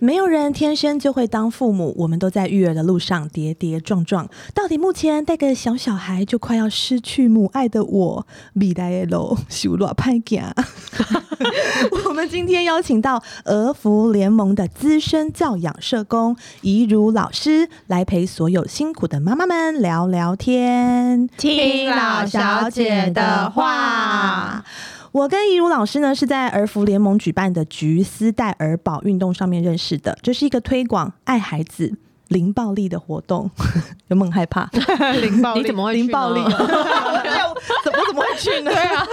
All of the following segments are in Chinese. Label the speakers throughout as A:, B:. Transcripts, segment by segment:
A: 没有人天生就会当父母，我们都在育儿的路上跌跌撞撞。到底目前带个小小孩就快要失去母爱的我，米来 喽，修罗派家。啊 我们今天邀请到俄服联盟的资深教养社工怡如老师来陪所有辛苦的妈妈们聊聊天，
B: 听老小姐的话。
A: 我跟怡如老师呢是在儿福联盟举办的“橘丝带儿保”运动上面认识的，这是一个推广爱孩子、零暴力的活动， 有没有很害怕？
B: 零暴
C: 你怎么会去呢
A: 零暴力？ 对啊，我怎么怎么会去呢？对 啊，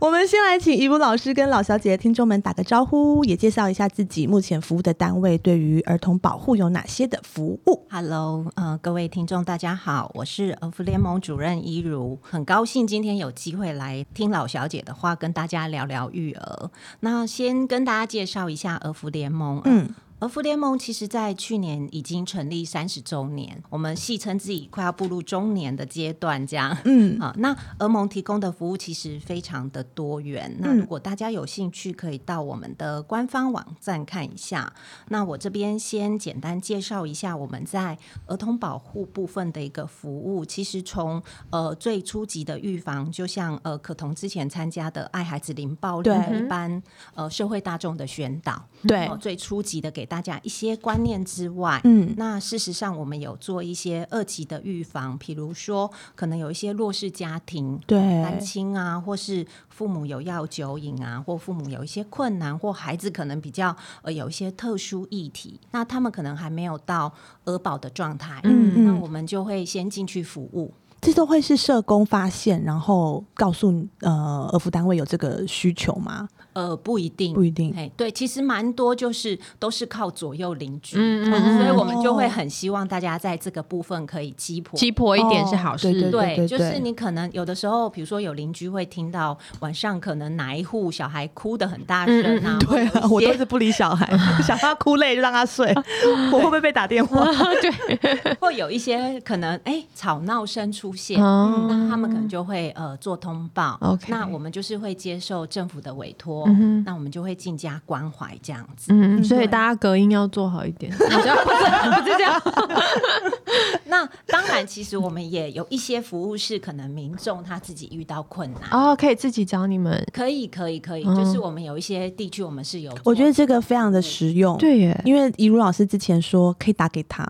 A: 我们先来请怡如老师跟老小姐的听众们打个招呼，也介绍一下自己目前服务的单位对于儿童保护有哪些的服务。
C: Hello，呃，各位听众大家好，我是儿福联盟主任一如，很高兴今天有机会来听老小姐的话，跟大家聊聊育儿。那先跟大家介绍一下儿福联盟，嗯。
A: 嗯，
C: 儿福联盟其实在去年已经成立三十周年，我们戏称自己快要步入中年的阶段，这样。
A: 嗯
C: 好，啊那俄盟提供的服务其实非常的多元。
A: 嗯
C: 那如果大家有兴趣，可以到我们的官方网站看一下。那我这边先简单介绍一下我们在儿童保护部分的一个服务。其实从呃最初级的预防，就像呃可彤之前参加的“爱孩子零暴力
A: 对”
C: 一般，呃社会大众的宣导，
A: 对
C: 哦，最初级的给大家一些观念之外，
A: 嗯
C: 那事实上，我们有做一些二级的预防，比如说可能有一些弱势家庭。单
A: 对，
C: 亲啊，或是父母有要酒瘾啊，或父母有一些困难，或孩子可能比较呃有一些特殊议题，那他们可能还没有到儿保的状态，
A: 嗯
C: 那
A: 嗯
C: 我们就会先进去服务。
A: 这都会是社工发现，然后告诉呃儿服单位有这个需求吗？
C: 呃，不一定，
A: 不一定。
C: 哎，对，其实蛮多就是都是靠左右邻居，
B: 嗯嗯
C: 嗯
B: 嗯
C: 所以我们就会很希望大家在这个部分可以激活。
B: 鸡婆一点是好事，
A: 哦对
C: 对
A: 对
C: 就是你可能有的时候，比如说有邻居会听到晚上可能哪一户小孩哭的很大声
B: 嗯
C: 啊，
A: 对啊，我
C: 或者
A: 都
C: 有一
A: 是不理小孩， 想他哭累就让他 睡。我会不会被打电话？
C: 些或有一些可能哎吵闹声出现，嗯
B: 哦
C: 那他们可能就会呃做通报。
B: OK
C: 那我们就是会接受政府的委托，那我们就会进家关怀这样子。
B: 嗯，所以大家隔音要做好一点。不是不是这样，
C: 那当然，其实我们也有一些服务是可能民众他自己遇到困难，
B: 哦，可以自己找你们。
C: 可以可以可以，
B: 嗯
C: 就是我们有一些地区我们是有做，
A: 我觉得这个非常的实用。。
B: 对耶，
A: 因为怡如老师之前说可以打给 他，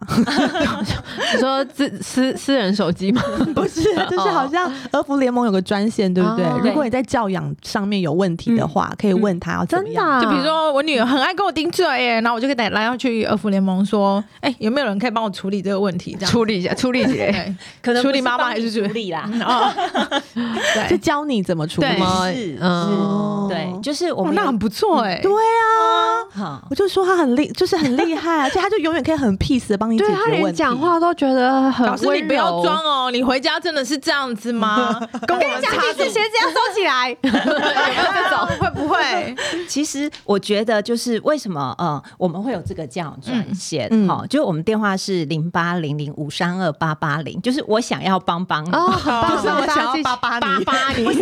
B: 你说自私私人手机吗？
A: 不是， 就是好像儿福联盟有个专线，对不对？
B: 哦嗯
A: 如果你在教养上面有问题的话，可以问他要怎么
B: 真的
A: 样。
B: 啊，
D: 就比如说我女儿很爱跟我顶嘴耶，然后我就给打来要去儿福联盟说，哎、有没有人可以帮我处理这个问题？这样
B: 处理一下，处理一下。
D: 对
C: 可能
D: 处理
C: 不
D: 妈妈
C: 帮
D: 还
C: 你
D: 是处
C: 处理啦，
D: 哦，
A: 就
D: 对，
A: 教你怎么处理。
B: 对
A: 哦
C: 是
B: 嗯
C: 是，对，就是我
D: 哦
C: 们
D: 那
C: 有
D: 很不错哎，
A: 对啊，
C: 好
A: 我就说他很厉，就是很厉害，啊 而且他就永远可以很 peace 的帮你解
B: 对
A: 决
B: 他
A: 问
B: 连
A: 题。
B: 讲话都觉得很
D: 老师
B: 温
D: 你不要
B: 柔
D: 装 哦，你回家真的是这样子吗？跟我们
B: 讲
D: 差
B: 你是
D: 这
B: 鞋子要收起来， 有没有这种？
D: 会不会？
C: 其实我觉得就是为什么呃我们会有这个教养专线，
A: 嗯嗯
C: 好，就我们电话是零八零零五三二八八零，就是我想要帮帮你，
B: 哦，很棒，
A: 就是我
B: 大家
A: 想要
B: 记起
A: 巴巴
B: 巴
A: 你，
B: 巴你，
C: 我是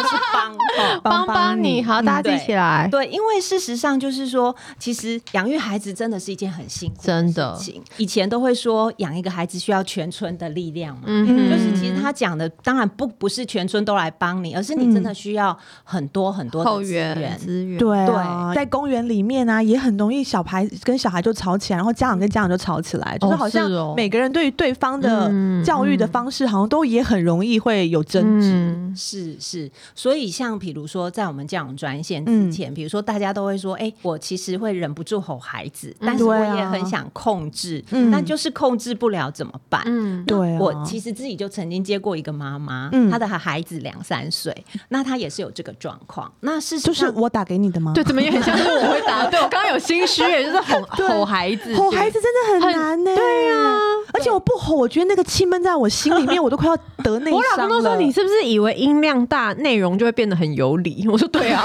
C: 帮，哦
B: 帮帮你，好，大家
C: 对
B: 记起来。
C: 对，因为事实上就是说，其实养育孩子真的是一件很辛苦
B: 真
C: 的
B: 的
C: 事情。以前都会说养一个孩子需要全村的力量嘛，
B: 嗯
C: 就是其实他讲的当然不不是全村都来帮你，而是你真的需要很多很多的
B: 嗯后
C: 资
B: 援
C: 源。
B: 资 源，嗯
A: 对啊，
C: 对
A: 在公园里面啊，也很容易小孩跟小孩就吵起来，然后家长跟家长就吵起来，就是好像
B: 是哦
A: 每个人对于对方的
B: 嗯
A: 教育的方式，好像都也很容易会有争执。
B: 嗯，
C: 是是，所以像比如说，在我们教养专线
A: 嗯
C: 之前，比如说大家都会说，哎、我其实会忍不住吼孩子，但是我
A: 对啊
C: 也很想控制，
A: 嗯
C: 但就是控制不了怎么办？
B: 嗯，
A: 对啊，
C: 我其实自己就曾经接过一个妈妈，
A: 嗯
C: 她的孩子两三岁，那她也是有这个状况。那事实
A: 就是
C: 上，
A: 我打给你的吗？
B: 对，，怎么也很像是我会 打。对我刚刚有心虚耶，就是 啊吼吼孩子，
A: 吼孩子真的很难呢、对呀、而且我不吼，我觉得那个气闷在我心里面，我都快要得内
B: 对。我老
A: 伤
B: 公都说
A: 了
B: 你是不是以为音量大，内容就会变得很有理？我说对啊，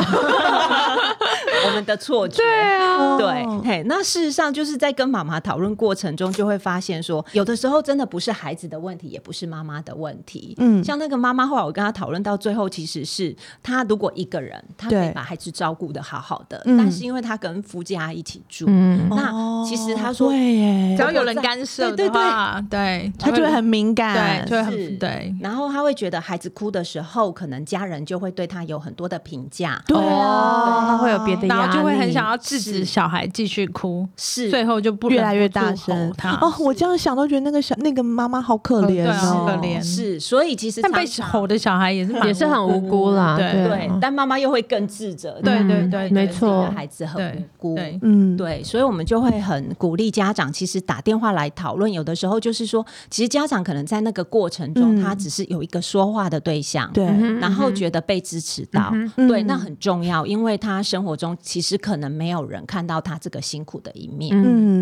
C: 我们的错觉。
A: 哦
C: 对，嘿，那事实上就是在跟妈妈讨论过程中，就会发现说，有的时候真的不是孩子的问题，也不是妈妈的问题。
A: 嗯
C: 像那个妈妈，后来我跟她讨论到最后，其实是她如果一个人，她可
A: 对
C: 以把孩子照顾的好好的，
A: 嗯
C: 但是因为她跟夫家一起住，
B: 嗯，
C: 那其实她
A: 哦
C: 说
A: 对耶
D: 只要有人干
C: 对
D: 涉的
C: 对对
D: 话，对，
A: 他就会很敏感，
D: 对，就会
C: 是
D: 很对。
C: 然后她会觉得孩子哭的时候，可能家人就会对她有很多的评价，
A: 对
B: 哦
A: 啊，
B: 他会有别的
D: 然
B: 压
D: 后
B: 力，
D: 就会很想要制止
C: 是
D: 小孩继续哭，
C: 是
D: 最后就不
A: 越
D: 忍
A: 来
D: 不
A: 越
D: 住
A: 大
D: 吼
A: 声
D: 他
A: 哦，我这样想都觉得那个小那个妈妈好可
D: 哦
A: 怜
D: 啊对啊
A: 哦，
D: 可怜
C: 是，所以其实
D: 但被
C: 常常
D: 吼的小孩也是蛮
B: 也是很无辜啦，
D: 对
B: 对啊
C: 对，但妈妈又会更自责，嗯
D: 对
C: 她
D: 对
C: 会
D: 对
C: 觉得
D: 没
C: 自己
B: 错
C: 的孩子很
D: 对
C: 无辜，
D: 对
A: 嗯，
C: 对，所以我们就会很鼓励家长，其实打电话来讨论。有的时候就是说，其实家长可能在那个过程中，
A: 嗯
C: 他只是有一个说话的对象，
A: 对，
C: 然后觉得被支持到，
A: 嗯
C: 对，那很重要，因为他生活中其实可能没有人看到他这个辛苦的一面。
B: 嗯，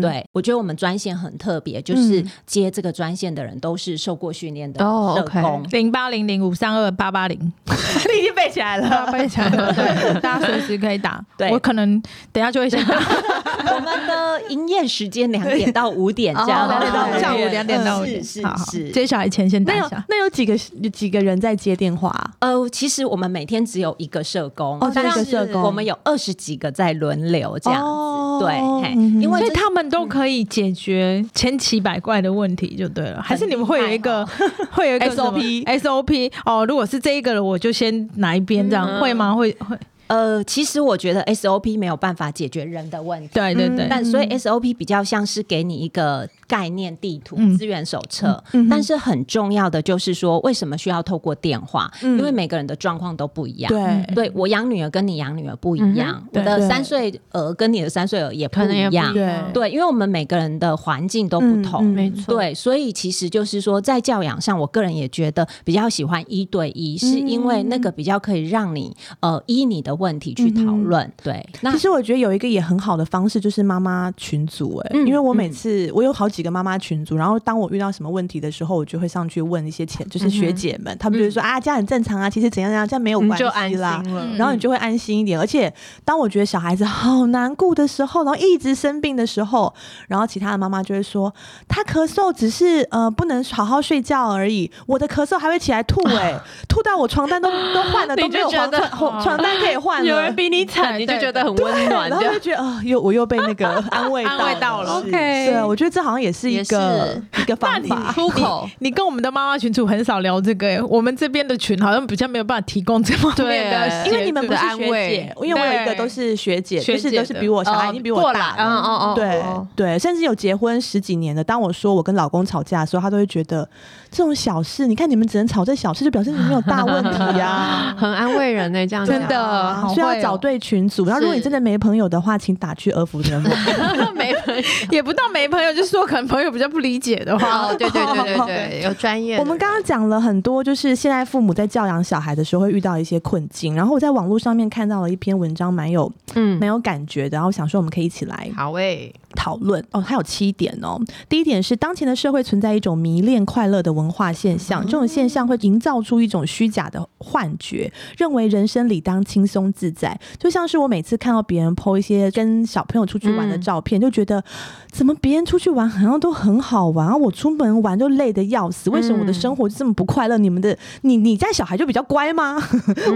A: 嗯，
C: 对，我觉得我们专线很特别，就是
A: 嗯
C: 接这个专线的人都是受过训练的
B: 哦
C: 社
B: ，OK
C: 工，
D: 零八零零五三二八八零，
A: 你已经背起来
D: 大家。背起来了，对，大家随时可以打。
C: 对
D: 我可能等一下就会先打，
C: 我们的营业时间两点到五点这样，
B: 哦两点到五点
D: 下午两点到五点，
C: 是是
D: 好好
C: 是。
D: 接小孩前先打
A: 那
D: 一
A: 有
D: 下。
A: 那有几个有几个人在接电话啊？
C: 呃，其实我们每天只有一个社工，
A: 哦只有一个
C: 但
A: 社
C: 是
A: 工
C: 我们有二十几个在轮流这样子，
A: 哦
C: 对，嘿
A: 嗯
C: 因为
D: 所以
C: 这
D: 他们都可以解决千奇百怪的问题，就对了。还是你们会有一个会有一个什么
A: SOP
D: SOP 哦？如果是这一个了，我就先哪一边这样
B: 嗯
D: 会吗？会会，
C: 呃，其实我觉得 SOP 没有办法解决人的问题。
D: 对对对，
C: 但所
A: 嗯
C: 以 SOP 比较像是给你一个概念地图、
D: 嗯
C: 资源手册，
A: 嗯嗯哼
C: 但是很重要的就是说，为什么需要透过电话？
A: 嗯
C: 因为每个人的状况都不一样。
A: 对，
C: 对我养女儿跟你养女儿不一样，
D: 嗯哼
C: 我的
A: 对
C: 三岁儿跟你的三岁儿也不
B: 可能也
C: 一
B: 不一
C: 样
B: 样。
A: 对
C: 对，因为我们每个人的环境都不
A: 嗯
C: 同，
A: 嗯
B: 没错，，
C: 对，所以其实就是说，在教养上，我个人也觉得比较喜欢一对一，是因为那个
B: 嗯
C: 比较可以让你呃依你的问题去讨论。对，那
A: 其实我觉得有一个也很好的方式，就是妈妈群组、哎、
C: 嗯
A: 因为我每次、我有好几个妈妈群组，然后当我遇到什么问题的时候，我就会上去问一些前就是学姐们，她、们就会说啊，这样很正常啊，其实怎样怎样，这样没有
B: 你
A: 关
B: 嗯就安
A: 系
B: 心
A: 啦。嗯
B: 了。
A: 然后你就会安心一点，而且当我觉得小孩子好难过的时候，然后一直生病的时候，然后其他的妈妈就会说，他咳嗽只是呃不能好好睡觉而已，我的咳嗽还会起来吐、 哎，吐到我床单都都换了，都没有
B: 你就觉
A: 床
B: 得
A: 单
B: 哦
A: 床单可以 换了，
B: 有人比你惨，你就觉得很温暖
A: 然后
B: 的
A: 就，觉得啊、又我又被 那个安慰
D: 安慰到了
A: 是
D: OK
A: 对，我觉得这好像也是一个一个
D: 那
A: 方
D: 你
A: 法。
B: 出口
D: 你跟我们的妈妈群组很少聊这个、欸，我们这边的群好像比较没有办法提供这方面的协
B: 对
D: 助，
A: 因为你们不是
B: 安
A: 学姐
B: 慰，
A: 因为我有一个
D: 对
A: 都是学姐，
D: 学
A: 就是
D: 姐
A: 都是
D: 的
A: 比我小孩
B: 哦
A: 已经比我
B: 过
A: 大
B: 来嗯
A: 了，
B: 哦哦，
A: 对
B: 哦。
A: 对，甚至有结婚十几年的。当我说我跟老公吵架的时候，他都会觉得这种小事，你看你们只能吵这小事，就表示你们没有大问题呀
B: 很安慰人呢，这样
D: 真的
A: 啊所以要找对群组，然后如果你
B: 是
A: 真的没朋友的话，请打去儿福联盟。
B: 讲 没朋友。
D: 也不到没朋友，就是说可能朋友比较不理解的话，
B: 哦，对对对对对，有专业的人。
A: 我们刚刚讲了很多，就是现在父母在教养小孩的时候会遇到一些困境。然后我在网络上面看到了一篇文章，蛮有
B: 嗯
A: 蛮有感觉的，然后想说我们可以一起来
B: 好欸诶，
A: 讨论哦。它有七点哦。第一点是，当前的社会存在一种迷恋快乐的文化现象，这种现象会营造出一种虚假的幻觉，认为人生理当轻松自在。就像是我每次看到别人 PO 一些跟小朋友出去玩的
B: 嗯
A: 照片，就觉得怎么别人出去玩好像都很好玩，啊我出门玩就累得要死，为什么我的生活就这么不快乐？你们的你你家小孩就比较乖吗？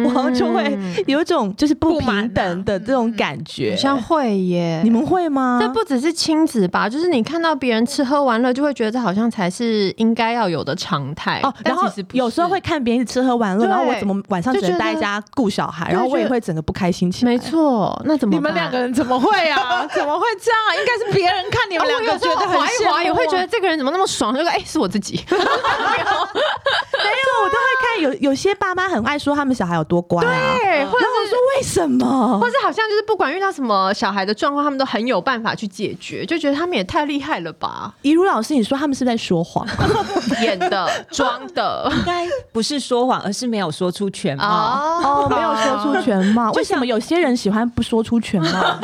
A: 我好像就会有一种就是不
D: 不满啊
A: 平等的这种感觉。
B: 好像会耶
A: 你。们会吗？
B: 这不只是亲子吧，就是你看到别人吃喝玩乐，就会觉得这好像才是应该要有的常态。
A: 哦，
B: 哎但
A: 然后
B: 其实不是
A: 有时候会看别人吃喝玩乐，
B: 对
A: 然后我怎么晚上只
B: 就觉
A: 能
B: 得
A: 待在家顾小孩，
B: 对
A: 然后我也
B: 觉得
A: 会整个不开心起来。
B: 没，错，那怎么
D: 你们
B: 办
D: 两个人怎么会 啊？怎么会这样啊？应该是别人看你
B: 哦
D: 们两
B: 我有
D: 个
B: 时
D: 觉
B: 候
D: 得很
B: 滑一
D: 羡慕啊
B: 滑，也会觉得这个人怎么那么爽，就说哎、是我自己。
A: 对，我都会看有有些爸妈很爱说他们小孩有多乖啊，
B: 对，或
A: 然后我说为什么
B: 或？是好像就是不管遇到什么小孩的状况，他们都很有办法去解决，就觉得他们也太厉害了吧，
A: 怡如老师，你说他们是不是在说谎？
B: 演的、 装的
C: 应该 不是说谎，而是没有说出全貌。
B: 哦，
A: 哦，没有说出全貌。为什么有些人喜欢不说出全貌？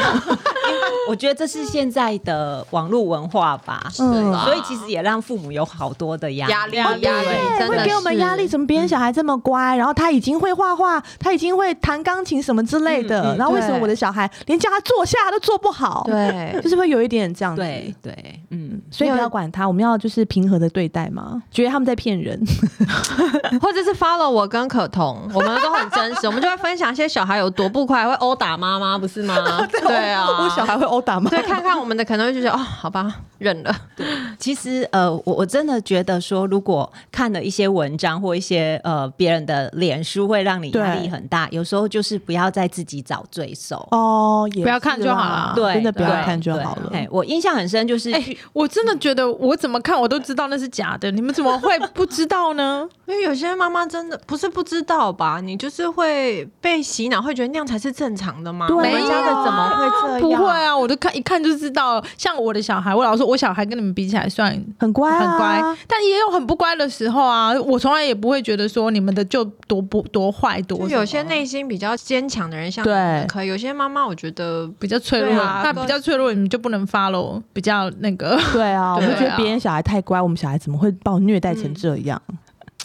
C: 我觉得这是现在的网络文化吧，
A: 嗯
B: 啊
C: 所以其实也让父母有好多的压力。
B: 压力压力
A: 对
B: 真的
A: 会给我们
B: 是
A: 压力，怎么别人小孩这么乖，然后他已经会画画，他已经会弹钢琴什么之类的，
C: 嗯嗯
A: 然后为什么
B: 对
A: 我的小孩连叫他坐下都坐不好？，
B: 对
A: 就，是会有一点这样子。
C: 对对，嗯，
A: 所以不要管他，我们要就是平和的对待嘛，觉得他们在骗人。
B: 或者是 follow 我跟可彤，我们都很真实，我们就会分享一些小孩有多不快，会殴打妈妈，不是吗？ 对
A: 我小
B: 啊，
A: 孩会殴打吗？
B: 对，看看我们的可能会就觉得哦，好吧，忍了，
C: 其实呃，我我真的觉得说，如果看了一些文章或一些呃别人的脸书，会让你压力
A: 对
C: 很大。有时候就是不要再自己找罪受。
A: 哦，也
D: 不要看
A: 是
D: 就
A: 啦
D: 好了
C: 对，
A: 真的不要
C: 对
A: 看就
C: 对
A: 好了。
C: 哎，我印象很深，就是
D: 哎、我真的觉得我怎么看我都知道那是假的，你们怎么会不知道 呢？
B: 因为有些妈妈真的不是不知道吧，你就是会被洗脑，会觉得那样才是正常的吗？
A: 对啊
B: 我们家的怎么会这
D: 不
B: 样？
D: 会啊，我都看一看就知道了。像我的小孩，我老实说我小孩跟你们比起来算
A: 很乖、啊，
D: 很乖，但也有很不乖的时候啊。我从来也不会觉得说你们的就多不多坏多什
B: 就
D: 么，
B: 有些内心比较坚强的人，像
A: 对
B: 你们可以；有些妈妈，我觉得
D: 比较脆弱，
B: 对啊
D: 那比较脆弱你们就不能 follow 比较那个。
A: 对啊，我
B: 对
A: 们觉得
D: 啊嗯
A: 别人小孩太乖，我们小孩怎么会把我虐待成这样，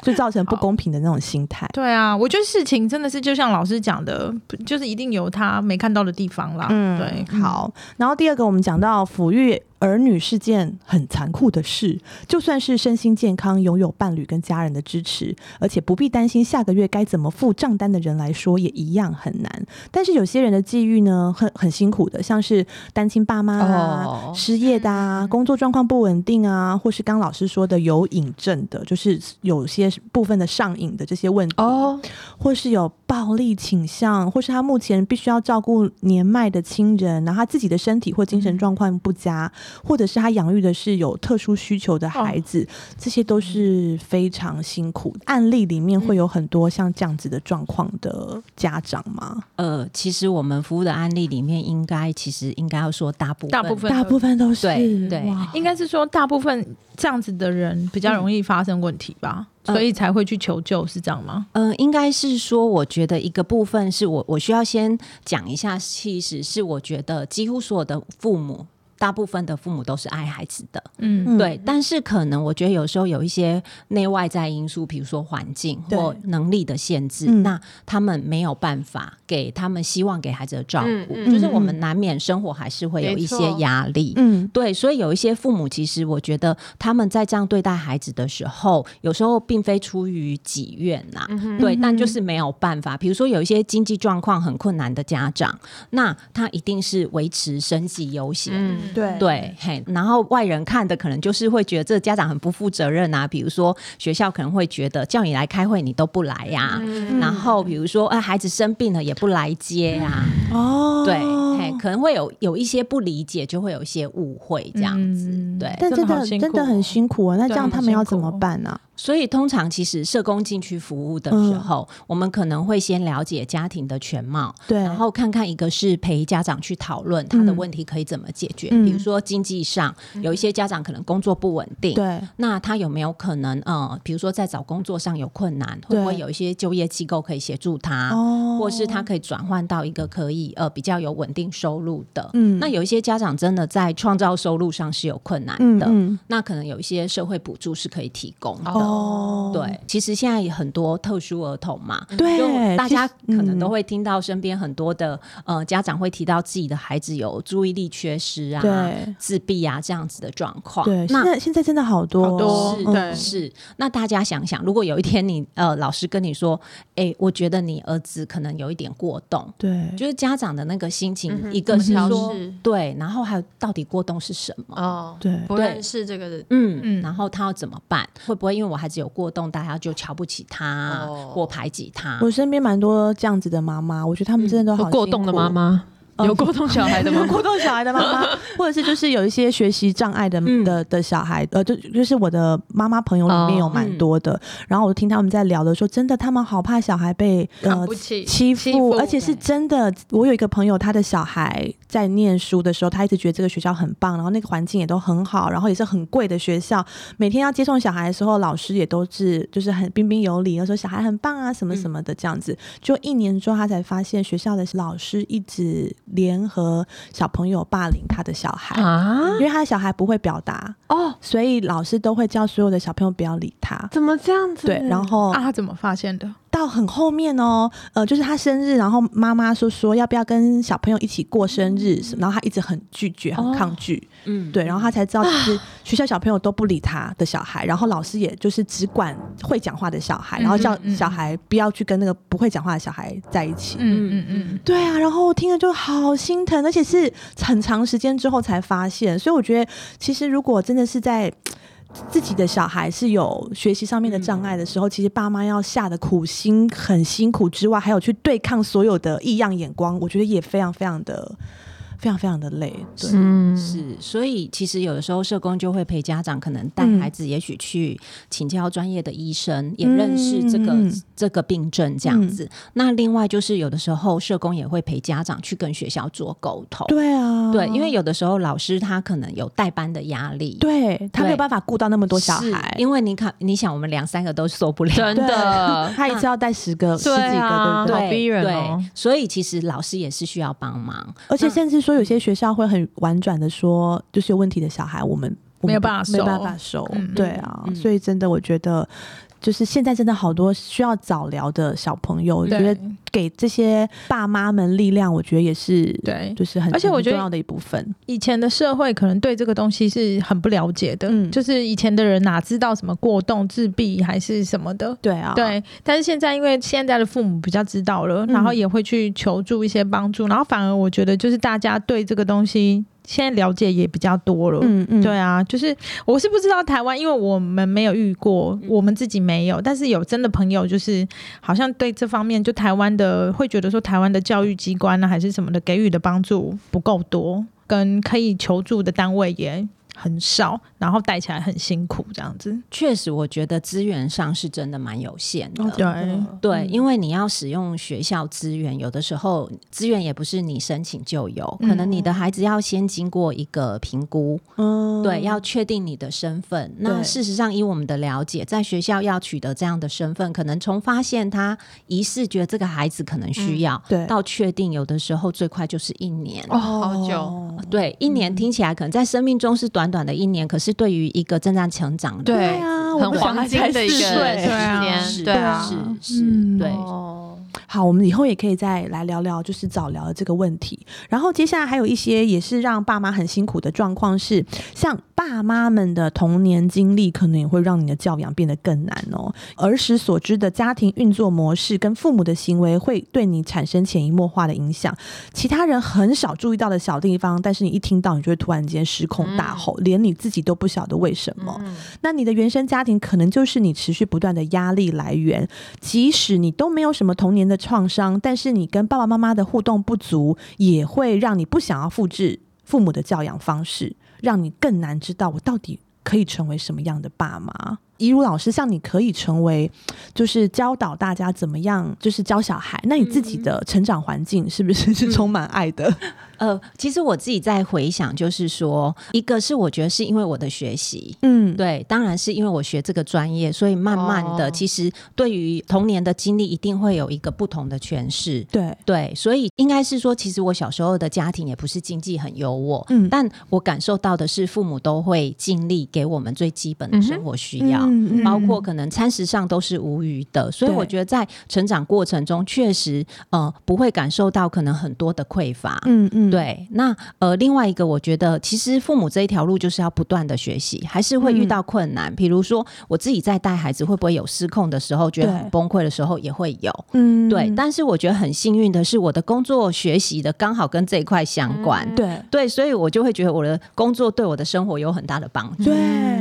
A: 就造成不公平的那种心态。
D: 对啊，我觉得事情真的是就像老师讲的，不就是一定有他没看到的地方啦。嗯，对，
A: 好，然后第二个，我们讲到抚育儿女是件很残酷的事，就算是身心健康、拥有伴侣跟家人的支持，而且不必担心下个月该怎么付账单的人来说，也一样很难。但是有些人的际遇呢，很很辛苦的，像是单亲爸妈
C: 呃
A: 啊、
B: 哦
A: 失业的啊、工作状况不稳定啊，或是刚老师说的有瘾症的，就是有些部分的上瘾的这些问题。
B: 哦，
A: 或是有暴力倾向，或是他目前必须要照顾年迈的亲人，然后他自己的身体或精神状况不佳，或者是他养育的是有特殊需求的孩子，这些都是非常辛苦。案例里面会有很多像这样子的状况的家长吗？
C: 呃，其实我们服务的案例里面，应该其实应该要说大部分
D: 大部分
A: 大部分都是
C: 对对
A: 哇
D: 应该是说大部分这样子的人比较容易发生问题吧，
A: 呃
C: 嗯
D: 所以才会去求救，是这样吗？
C: 嗯、应该是说，我觉得一个部分是我我需要先讲一下，其实是我觉得几乎所有的父母，大部分的父母都是爱孩子的，
D: 嗯，
A: 嗯
C: 对。但是可能我觉得有时候有一些内外在因素，比如说环境
A: 对
C: 或能力的限制，
A: 嗯
C: 那他们没有办法给他们希望给孩子的照
B: 嗯
C: 顾，
B: 嗯
C: 就是我们难免生活还是会有一些
B: 没错
C: 压力，
A: 嗯
C: 对，所以有一些父母，其实我觉得他们在这样对待孩子的时候，有时候并非出于己愿呐、
A: 嗯
B: 嗯
C: 对，但就是没有办法。比如说有一些经济状况很困难的家长，那他一定是维持生计优先。
B: 嗯，
A: 对
C: 对，嘿，然后外人看的可能就是会觉得这家长很不负责任啊，比如说学校可能会觉得叫你来开会你都不来呀、
A: 啊
B: 嗯
C: 然后比如说哎、孩子生病了也不来接呀、
A: 哦
C: 对，嘿，可能会有有一些不理解，就会有一些误会这样子。
D: 嗯
C: 对，
A: 但真
D: 真的好
A: 的
D: 辛
A: 真
D: 苦哦
A: 的很辛苦啊！那这
D: 对
A: 样
D: 很
A: 他们要怎
D: 辛苦
A: 么办呢、啊？
C: 所以通常其实社工进去服务的时候，我们可能会先了解家庭的全貌。
A: 嗯对，
C: 然后看看一个是陪家长去讨论他的
A: 嗯
C: 问题可以怎么解决，
A: 嗯
C: 比如说经济上有一些家长可能工作不稳定，
A: 对
C: 那他有没有可能呃，比如说在找工作上有困难，会不会
A: 对
C: 有一些就业机构可以协助他？
A: 哦
C: 或是他可以转换到一个可以呃比较有稳定收入的。
A: 嗯
C: 那有一些家长真的在创造收入上是有困难
A: 嗯
C: 的，
A: 嗯
C: 那可能有一些社会补助是可以提供的。
A: 哦
C: 对，其实现在有很多特殊儿童嘛，
A: 对，
C: 就大家
A: 其实
C: 可能
A: 嗯
C: 都会听到身边很多的、呃家长会提到自己的孩子有注意力缺失啊、
A: 对
C: 自闭啊这样子的状况。
A: 对，现
C: 那
A: 在现在真的好多
D: 好多
A: 哦
C: 是
D: 嗯
C: 的，是。那大家想想，如果有一天你呃老师跟你说，哎、我觉得你儿子可能有一点过动，
A: 对，
C: 就是家长的那个心情，
B: 嗯哼
C: 一个是
B: 怎么调
C: 说
B: 试
C: 对，然后还有到底过动是什么？
B: 哦，
A: 对
B: 不
C: 对
B: 认识这个的，
C: 嗯
D: 嗯
C: 然后他要怎么办？会不会因为我孩子有过动，大家就瞧不起他、
B: 哦
C: 或排挤他？
A: 我身边蛮多这样子的妈妈，我觉得他们真的都好、
B: 有过动的妈，妈，有过动小孩的
A: 有
B: 吗？
A: 过动小孩的妈妈，或者是就是有一些学习障碍的
C: 嗯
A: 的的小孩，呃，就就是我的妈妈朋友里面有蛮多的。然后我听他们在聊的说，真的他们好怕小孩被呃
D: 看不起
A: 欺
D: 欺
A: 负，
D: 负
A: 而且是真的。我有一个朋友，他的小孩在念书的时候，他一直觉得这个学校很棒，然后那个环境也都很好，然后也是很贵的学校。每天要接送小孩的时候，老师也都是就是很彬彬有礼，说小孩很棒啊，什么什么的这样子。就一年之后，他才发现学校的老师一直联合小朋友霸凌他的小孩，
D: 嗯
B: 啊
A: 因为他的小孩不会表达，
B: 哦，
A: 所以老师都会叫所有的小朋友不要理他。
B: 怎么这样子？
A: 对，然后
D: 啊，他怎么发现的？
A: 到很后面哦，呃，就是他生日，然后妈妈说说要不要跟小朋友一起过生日，
D: 嗯
A: 然后他一直很拒绝，很抗拒，
D: 哦
C: 嗯，
A: 对，然后他才知道，就是学校小朋友都不理他的小孩，然后老师也就是只管会讲话的小孩，然后叫
D: 嗯嗯
A: 小孩不要去跟那个不会讲话的小孩在一起。
D: 嗯嗯嗯，
A: 对啊，然后我听了就好心疼，而且是很长时间之后才发现，所以我觉得其实如果真的是在。自己的小孩是有学习上面的障碍的时候，其实爸妈要下的苦心很辛苦之外，还有去对抗所有的异样眼光，我觉得也非常非常的、非常非常的累。对，
B: 嗯，
C: 是，所以其实有的时候社工就会陪家长，可能带
A: 嗯
C: 孩子，也许去请教专业的医生，也
A: 嗯
C: 认识这个、
A: 嗯嗯
C: 这个病症这样子。那另外就是有的时候社工也会陪家长去跟学校做沟通，
A: 对啊，
C: 对因为有的时候老师他可能有代班的压力，
A: 对他没有
C: 对
A: 办法顾到那么多小
C: 是
A: 孩，
C: 因为你看，你想我们两三个都受不了，
B: 真的，
A: 他一次要带十个、十
B: 对
A: 几个，
B: 啊
A: 对不对？
B: 好逼人哦
C: 对，所以其实老师也是需要帮忙，
A: 而且
C: 那
A: 甚至说，有些学校会很婉转的说，就是有问题的小孩，我们我们
D: 没有办法
A: 没
D: 收
A: 办法收，
D: 嗯
A: 对啊，
C: 嗯
A: 所以真的，我觉得就是现在真的好多需要早疗的小朋友，我觉得
D: 对
A: 给这些爸妈们力量，我觉得也是
D: 对
A: 就是很
D: 而且我
A: 很
D: 觉得
A: 重要的一部分，
D: 以前的社会可能对这个东西是很不了解的，
A: 嗯
D: 就是以前的人哪知道什么过动、自闭还是什么的。
A: 对啊，
D: 对，但是现在因为现在的父母比较知道了，然后
A: 嗯
D: 也会去求助一些帮助，然后反而我觉得就是大家对这个东西现在了解也比较多了。
A: 嗯嗯，
D: 对啊，就是我是不知道台湾，因为我们没有遇过，我们自己没有，但是有真的朋友，就是好像对这方面，就台湾的会觉得说台湾的教育机关呢、啊还是什么的给予的帮助不够多，跟可以求助的单位也很少，然后带起来很辛苦这样子。
C: 确实我觉得资源上是真的蛮有限的。
A: 哦，
D: 对
C: 对，因为你要使用学校资源，有的时候资源也不是你申请就有，可能你的孩子要先经过一个评估，
A: 嗯
C: 对，要确定你的身份。那
A: 对
C: 事实上，以我们的了解，在学校要取得这样的身份，可能从发现他疑似觉得这个孩子可能需要，
A: 嗯对
C: 到确定，有的时候最快就是一年。
B: 哦，好久，
A: 哦
C: 对，一年听起来可能在生命中是短短的一年，可是对于一个正在成长的，
A: 对啊，我
B: 很
A: 们小
B: 黄
A: 孩
B: 金
A: 才
B: 的一个
A: 四
B: 时
A: 岁
D: 对啊
B: 间，
C: 是
B: 对啊，
C: 是
A: 嗯
C: 是，对，
B: 哦，
A: 好，我们以后也可以再来聊聊，就是早疗的这个问题。然后接下来还有一些也是让爸妈很辛苦的状况是，像爸妈们的童年经历，可能也会让你的教养变得更难哦。儿时所知的家庭运作模式跟父母的行为，会对你产生潜移默化的影响。其他人很少注意到的小地方，但是你一听到，你就会突然间失控大吼，连你自己都不晓得为什么。那你的原生家庭可能就是你持续不断的压力来源，即使你都没有什么童年的创伤，但是你跟爸爸妈妈的互动不足，也会让你不想要复制父母的教养方式，让你更难知道我到底可以成为什么样的爸妈。怡如老师，像你可以成为，就是教导大家怎么样，就是教小孩。那你自己的成长环境是不是是充满爱的？
C: 呃，其实我自己在回想，就是说，一个是我觉得是因为我的学习。
A: 嗯，
C: 对，当然是因为我学这个专业，所以慢慢的，
B: 哦
C: 其实对于童年的经历一定会有一个不同的诠释。
A: 对，
C: 对，所以应该是说，其实我小时候的家庭也不是经济很优渥，
A: 嗯
C: 但我感受到的是，父母都会尽力给我们最基本的生活需要。
A: 嗯
C: 包括可能餐食上都是无余的，所以
A: 对
C: 我觉得在成长过程中，确实呃不会感受到可能很多的匮乏。
A: 嗯嗯，
C: 对，那呃，另外一个我觉得，其实父母这一条路就是要不断的学习，还是会遇到困难。比如说，我自己在带孩子，会不会有失控的时候，觉得
A: 对
C: 很崩溃的时候也会有。
A: 嗯，嗯
C: 对，但是我觉得很幸运的是，我的工作学习的刚好跟这一块相关。
A: 对
C: 对，所以我就会觉得我的工作对我的生活有很大的帮助，
A: 对，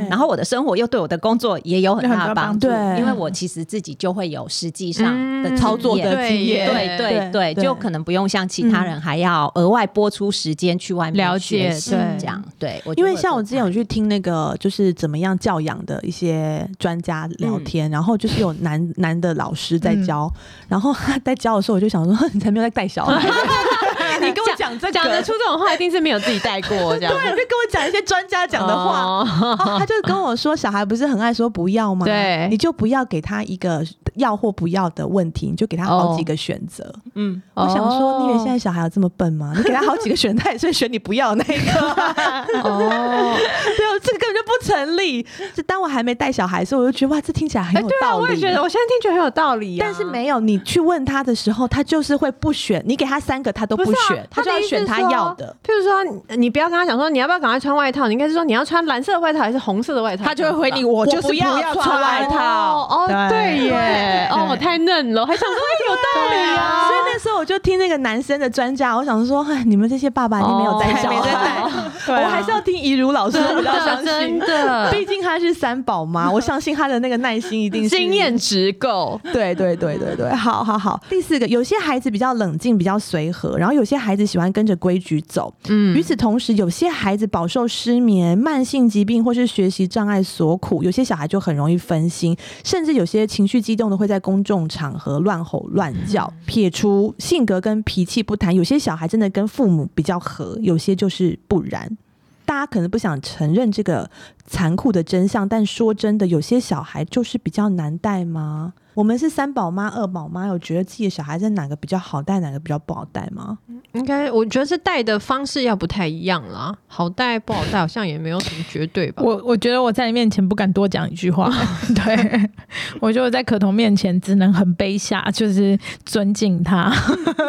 C: 然后我的生活又对我的工作也有很大的帮助，
A: 嗯有很大帮助
C: 因为我其实自己就会有实际上的经
B: 嗯
A: 操作
C: 验
A: 的
B: 对
A: 经验，
C: 对对
A: 对对
C: 对，
A: 嗯
C: 就可能不用像其他人还要额外播出时间去外面
B: 了解
C: 学习
B: 对
C: 这样。对，我觉
A: 因为
C: 得
A: 像我
C: 这
A: 之前有
C: 样
A: 去听那个就是怎么样教养的一些专家聊天，然后就是有男男的老 师在教，然后他在教的时候，我就想说你才没有在带小孩，你跟我讲讲这个，
B: 讲得出这种话，一定是没有自己带过这
A: 对，
B: 样
A: 就。跟我讲一些专家讲的话。
B: 哦
A: 哦、他就跟我说，小孩不是很爱说不要吗？
B: 对
A: 你就不要给他一个要或不要的问题，你就给他好几
B: 哦
A: 个选择。
C: 嗯，
A: 我想说，你以为现在
B: 在
A: 小孩有这么笨吗？你给他好几个选，他也是会选你不要的那一个啊、
B: 哦，
A: 对，啊我这个根本就不成立。就当我还没带小孩的时候，我就觉得哇，这听起来很
B: 哎，
A: 有
B: 对啊，
A: 道
B: 我也
A: 理。
B: 觉得，我现在听觉得很有道理啊。
A: 但是没有你去问他的时候，他就是会不选。你给他三个，他都
B: 不是啊
A: 选，他就要
B: 的意思
A: 选
B: 是
A: 他
B: 说
A: 要的。
B: 譬如说，呃你不要跟他讲说你要不要赶快穿外套，你应该是说你要穿蓝色的外套还是红色的外套，
D: 他就会回你，我就是
A: 不要穿
D: 穿外套。
B: 哦，哦
D: 对
B: 对耶，
D: 对
B: 哦，我太嫩了，我还想说有道理啊
A: 所以。那时候我就听那个男生的专家，我想说，哎，你们这些爸爸，你没有带
B: 哦
A: 小
D: 还没在
A: 孩
D: 带，对啊
A: 我还是要听怡如老师，
B: 啊
A: 我比较 相
B: 真
A: 信。
B: 的，
A: 毕竟他是三宝妈，我相信他的那个耐心一定是
B: 经验值够。
A: 对对对对对，好好好。第四个，有些孩子比较冷静，比较随和，然后有些孩子喜欢跟着规矩走。
B: 嗯
A: 与此同时，有些孩子饱受失眠、慢性疾病或是学习障碍所苦，有些小孩就很容易分心，甚至有些情绪激动的会在公众场合乱吼乱叫。撇除性格跟脾气不谈，有些小孩真的跟父母比较合，有些就是不然。大家可能不想承认这个残酷的真相，但说真的，有些小孩就是比较难带吗？我们是三宝妈、二宝妈，有觉得自己的小孩在哪个比较好带，哪个比较不好带吗？
B: 应该我觉得是带的方式要不太一样啦，好带不好带好像也没有什么绝对吧。
D: 我我觉得我在你面前不敢多讲一句 话，对我觉得我在可彤面前只能很卑下，就是尊敬他。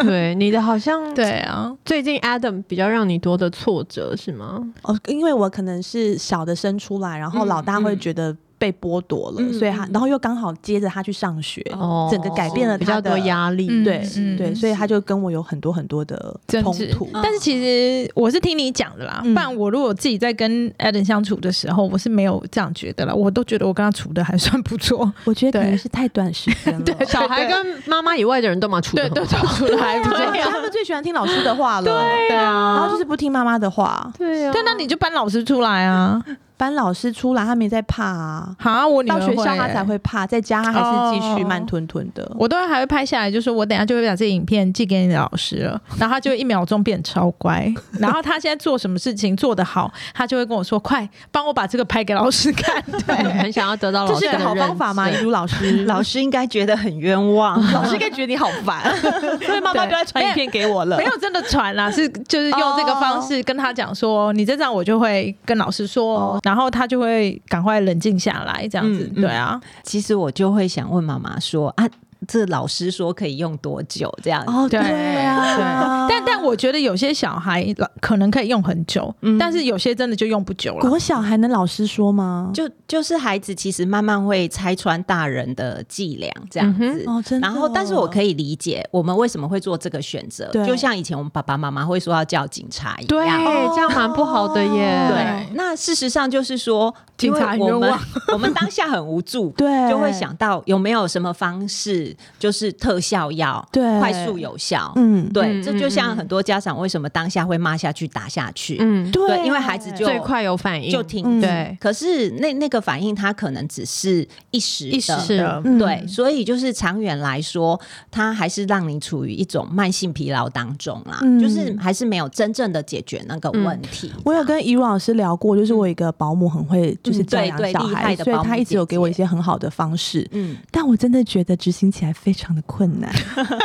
B: 对你的好像
D: 对 啊，
B: 最近 Adam 比较让你多的挫折是吗？
A: 哦，因为我可能是小的生出来，然后
B: 嗯
A: 老大会
B: 嗯
A: 觉得被剥夺了，
B: 嗯
A: 所以他
B: 嗯，嗯
A: 然后又刚好接着他去上学，
B: 哦
A: 整个改变了
B: 比较
A: 他的
B: 多压 力。
D: 嗯
A: 对、
D: 嗯
A: 对，
D: 嗯
A: 所以他就跟我有很多很多的
D: 争
A: 冲
D: 执
A: 突。
D: 但是其实我是听你讲的啦，
A: 嗯
D: 不然我如果自己在跟 Adam 相处的时候，我是没有这样觉得啦，我都觉得我跟他处的还算不错，
A: 我觉得可能
D: 对
A: 是太短时间了。对
B: 小孩跟妈妈以外的人都嘛处
D: 对
B: 的
D: 对，都处的还不错。
A: 他们最喜欢听老师的话了，
D: 对
A: 然后
D: 啊
A: 就，是不听妈妈的话。
B: 对啊
D: 对，那你就搬老师出来啊！
A: 班老师出来，他没在怕啊，
D: 好，我女
A: 到
D: 儿
A: 学校
D: 欸
A: 他才，会怕，在家他还是继续
D: 哦
A: 慢吞吞的。
D: 我都还会拍下来，就说我等一下就会把这影片寄给你的老师了，然后他就一秒钟变超乖，然后他现在做什么事情做得好，他就会跟我说快帮我把这个拍给老师看。对，
B: 很想要得到老
A: 这
B: 师
A: 是一
B: 的
A: 个好方法吗？
B: 认
A: 一
B: 证
A: 如老师，
C: 老师应该觉得很冤 枉。
A: 老师应该觉得你好烦，所 以妈妈
D: 对
A: 就要传影片给我了
D: 没。有真的传啦，是就是用这个方式跟他讲说，你再这样我就会跟老师
A: 哦
D: 说，然后他就会赶快冷静下来，这样子
C: 嗯。嗯
D: 对啊，
C: 其实我就会想问妈妈说啊，这老师说可以用多久这样？
A: 哦，
D: 对
A: 啊，
D: 但但我觉得有些小孩可能可以用很久，
A: 嗯
D: 但是有些真的就用不久了。
A: 国小还能老师说吗？
C: 就就是孩子其实慢慢会拆穿大人的伎俩这样子。
A: 哦，真的。
C: 然后，但是我可
A: 以，
C: 以理解我们为什么会做这个选择
A: 对，
C: 就像以前我们爸爸妈妈会说要叫警察一样。
B: 对，这样蛮不好的耶。
D: 对
C: 那事实上就是说，
D: 警察
C: 因为我们
D: 冤枉
C: 我们当下很无助，
A: 哦对
C: 就会想到有没有什么方式，就是特效药，
A: 对
C: 快速有效，
A: 嗯，
C: 对，
B: 嗯
C: 这就像
B: 嗯
C: 很多家长为什么当下会骂下去、打下去，
B: 嗯，
A: 对，啊
C: 对因为孩子就
B: 最快有反应
C: 就停
A: 嗯
C: 止。
B: 对
C: 可是那那个反应，它可能只是一时
D: 一时
C: 的
B: 是
D: 的，
A: 嗯
C: 对，所以就是长远来说，它还是让你处于一种慢性疲劳当中啦，
A: 嗯
C: 就是还是没有真正的解决那个问题。
A: 我有跟怡如老师聊过，就是我有一个保姆很会，就是
C: 嗯
A: 教
C: 对
A: 养
C: 对
A: 小
C: 厉
A: 孩，
C: 害的
A: 所以
C: 保姆
A: 她一直有
C: 姐
A: 给我一
C: 姐
A: 些很好的方式。
C: 嗯，
A: 但我真的觉得执行起来非常的困 难，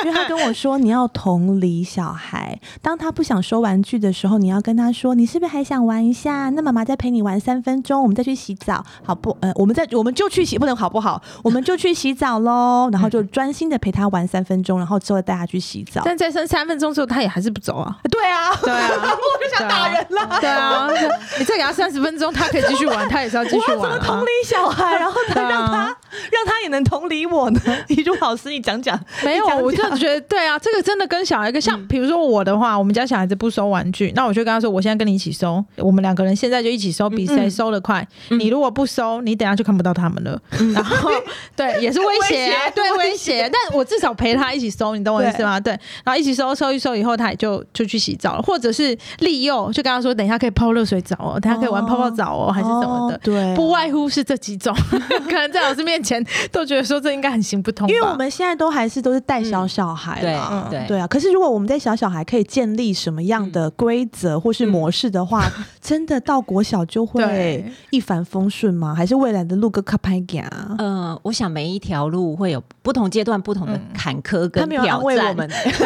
A: 因为他跟我说你要同理小孩，当他不想收玩具的时候，你要跟他说你是不是还想玩一下？那妈妈再陪你玩三分钟，我们再去洗澡，好不？呃，我们再我们就去洗，不能好不好？我们就去洗澡喽，然后就专心的陪他玩三分钟，然后之后带他去洗 澡。
D: 但再生三分钟之后，他也还是不走啊。
A: 对啊，
D: 对啊，我就想打人了。对啊，你再给他三十分钟，他可以继续玩，他也是要继
A: 我
D: 续
A: 要怎么
D: 玩、啊。
A: 同理小孩，然后他
D: 对啊
A: 让他让他也能同理我呢？ 一如老师，你讲讲，哦
D: 没 有，
A: 你讲
D: 我就
A: 讲嗯
D: 觉得对啊，这个真的跟小孩一个像，比如说我的话，我们家小孩子不收玩具，那我就跟他说，我现在跟你一起收，我们两个人现在就一起收，比
A: 嗯
D: 谁收的快。你如果不收，你等下就看不到他们了。
A: 嗯
D: 然后 对，也是威胁啊，对威胁，但我至少陪他一起收，你懂我意思吗？对，然后一起收收一收以后，他也就就去洗澡了，或者是利诱，就跟他说，等一下可以泡热水澡哦，等一下可以玩泡泡澡哦，还是什么的
A: 哦。对，
D: 不外乎是这几种，可能在老师面前都觉得说这应该很行不通吧。
A: 因为我们们现在都还是都是带小小孩
B: 哎
A: 啦，
C: 嗯对对
A: 啊。可是如果我们带小小孩可以建立什么
C: 嗯
A: 样的规则或是模式的 话，真的到国小就会
D: 对
A: 一帆风顺吗？还是未来的路更卡拍呀？
C: 呃，我想每一条路会有不同阶段不同的坎坷
A: 他
C: 跟
A: 没有安
C: 挑
A: 慰我
C: 战。
A: 们，
D: 你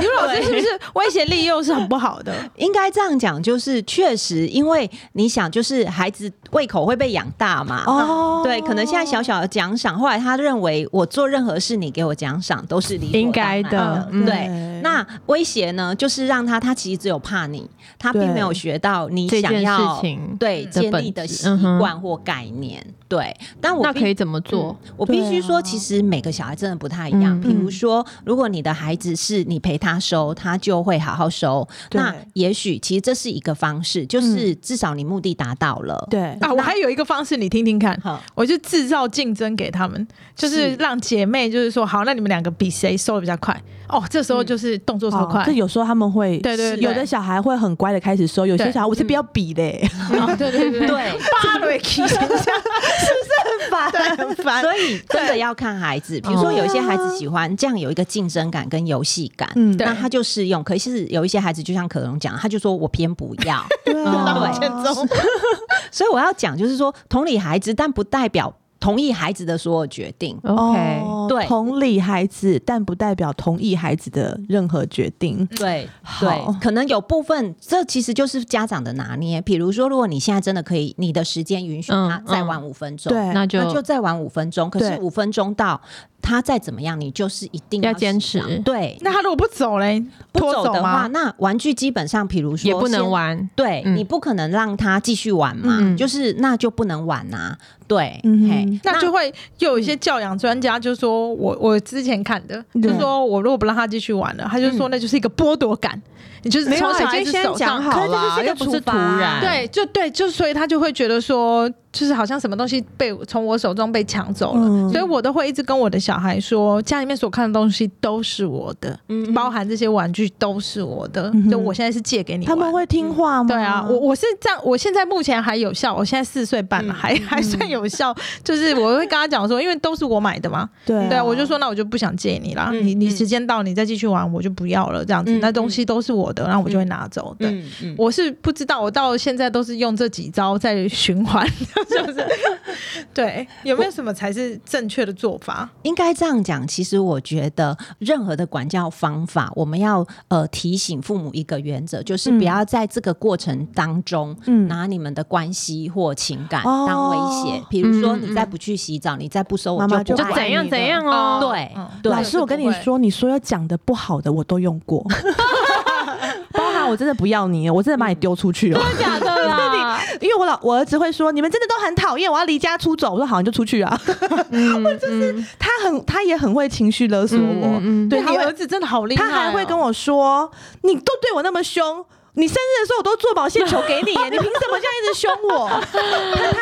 D: 们老师是不是威胁利诱是很不好的？
C: 应该这样讲，就是确实，因为你想，就是孩子胃口会被养大嘛。
A: 哦，
C: 对，可能现在小小的奖赏，后来他认为我做任何事，你给我奖赏都是理所
D: 应该
C: 当然
D: 的
C: 嗯对，
A: 对
C: 那威胁呢，就是让他，他其实只有怕你，他
A: 对
C: 并没有学到你
B: 这
C: 想
B: 件
C: 要
B: 事情
C: 对
B: 的
C: 建
B: 本
C: 立的
B: 质
C: 习惯或概念。对，但我
B: 那
C: 必
B: 可以怎么做？
C: 嗯我必须
A: 对
C: 说，
A: 啊
C: 其实每个小孩真的不太一样。
B: 嗯
C: 譬如说，如果你的孩子是你陪他收，他就会好好收。
A: 对嗯
C: 那也许其实这是一个方式，就是至少你目的达到了。
A: 对
D: 啊，我还有一个方式，你听听看。
C: 好，
D: 我就制造竞争给他们，就是
C: 是
D: 让姐妹，就是说，好，那你们两个比谁收的比较快。哦，这时候就是动作超快
A: 哦这，有时候他们会，
D: 对对对
A: 有的小孩会很乖的开始说，有些
D: 对
A: 小孩我是不要比的、 欸，
D: 嗯对对对，
C: 对。
D: 巴瑞 奇，
B: 嗯
A: 很烦。哦
C: 所以真的要看孩子，比如说有一些孩子喜欢这样有一个竞争感跟游戏感，
A: 嗯，
D: 对
C: 那他就适用。可是有一些孩子，就像可荣讲，他就说我偏不 要。
A: 对啊，
C: 往前
D: 走
C: 所以我要讲就是说，同理孩子，但不代表同意孩子的所有决定。
B: OK，
A: 哦
C: 对
A: 同理孩子，但不代表同意孩子的任何决定。
C: 对
A: 好
C: 对，可能有部分，这其实就是家长的拿捏。比如说，如果你现在真的可以，你的时间允许
B: 嗯
C: 他再
B: 嗯
C: 玩五分钟，
A: 对，
B: 那就
C: 那就再玩五分钟。可
A: 对
C: 是五分钟到，他再怎么样，你就是一定
B: 要
C: 适
B: 坚持
C: 当对，
D: 那他如果不走嘞，
C: 不
D: 拖
C: 走的话，
D: 吗？
C: 那玩具基本上，比如说
B: 也不能
C: 先。
B: 玩。
C: 对、
B: 嗯
C: 你不可能让他继续玩嘛，
B: 嗯
C: 就是那就不能玩啊。对，
A: 嗯哼
C: 嘿
D: 那就会又有一些教养专家就说我，我之前看的，
A: 对
D: 就说我如果不让他继续玩了，他就说那就是一个剥夺感，你就是
B: 没有
D: 从小
B: 啊
D: 孩
B: 已
D: 子
B: 经先
D: 手
B: 讲
D: 上
B: 好了
A: 可
B: 啊
A: 是这
B: 又
A: 是一
B: 不
A: 个
B: 是
A: 处
B: 突
A: 罚啊
B: 然，
D: 对，就对，就所以他就会觉得说，就是好像什么东西被从我手中被抢走了，
A: 嗯
D: 所以我都会一直跟我的小孩说，家里面所看的东西都是我的，
C: 嗯
D: 包含这些玩具都是我的，
A: 嗯哼
D: 就我现在是借给你
A: 他
D: 玩
A: 们。会听话吗？
D: 对啊，我我是这样，我现在目前还有效，我现在四岁半
A: 嗯
D: 嘛，还 还算有效。就是我会跟他讲说，因为都是我买的嘛，
A: 对
D: 对
A: 啊
D: 啊，我就说那我就不想借你啦，
C: 嗯
D: 你你
C: 嗯
D: 时间到你再继续玩，我就不要了这样子，
C: 嗯
D: 那东西都是我的，然后我就会拿走。对，
C: 嗯嗯
D: 我是不知道，我到现在都是用这几招在循环， 就是 对，有没有什么才是正确的做法？
C: 应该这样讲，其实我觉得任何的管教方法，我们要呃提醒父母一个原则，就是不要在这个过程当中。
A: 嗯
C: 拿你们的关系或情感
A: 哦
C: 当威胁，比如说
B: 嗯嗯
C: 你再不去洗澡，你再不收，
A: 妈
C: 我
A: 妈
C: 就
A: 就
C: 不
B: 就
A: 管
C: 爱你
B: 怎样
C: 了
B: 怎样哦。
C: 对
D: 嗯
C: 对
A: 老师，我跟你，说，你说要讲的不好的，我都用 过，包含我真的不要你，我真的把你丢出去哦。
B: 假的啦，
D: 嗯
A: 因为我老我儿子会说，你们真的都很讨厌，我要离家出走。我说好，你就出去啊。
B: 嗯，我就是
A: 他很，他也很会情绪勒索我，
B: 嗯嗯嗯
A: 对，
D: 对，他
A: 你
D: 儿子真的好厉害、哦
A: 他
C: 哦
A: 还会跟，我说：“你都对我那么凶，你生日的时候我都做保险球给 你耶，你凭什么这样一直凶我？”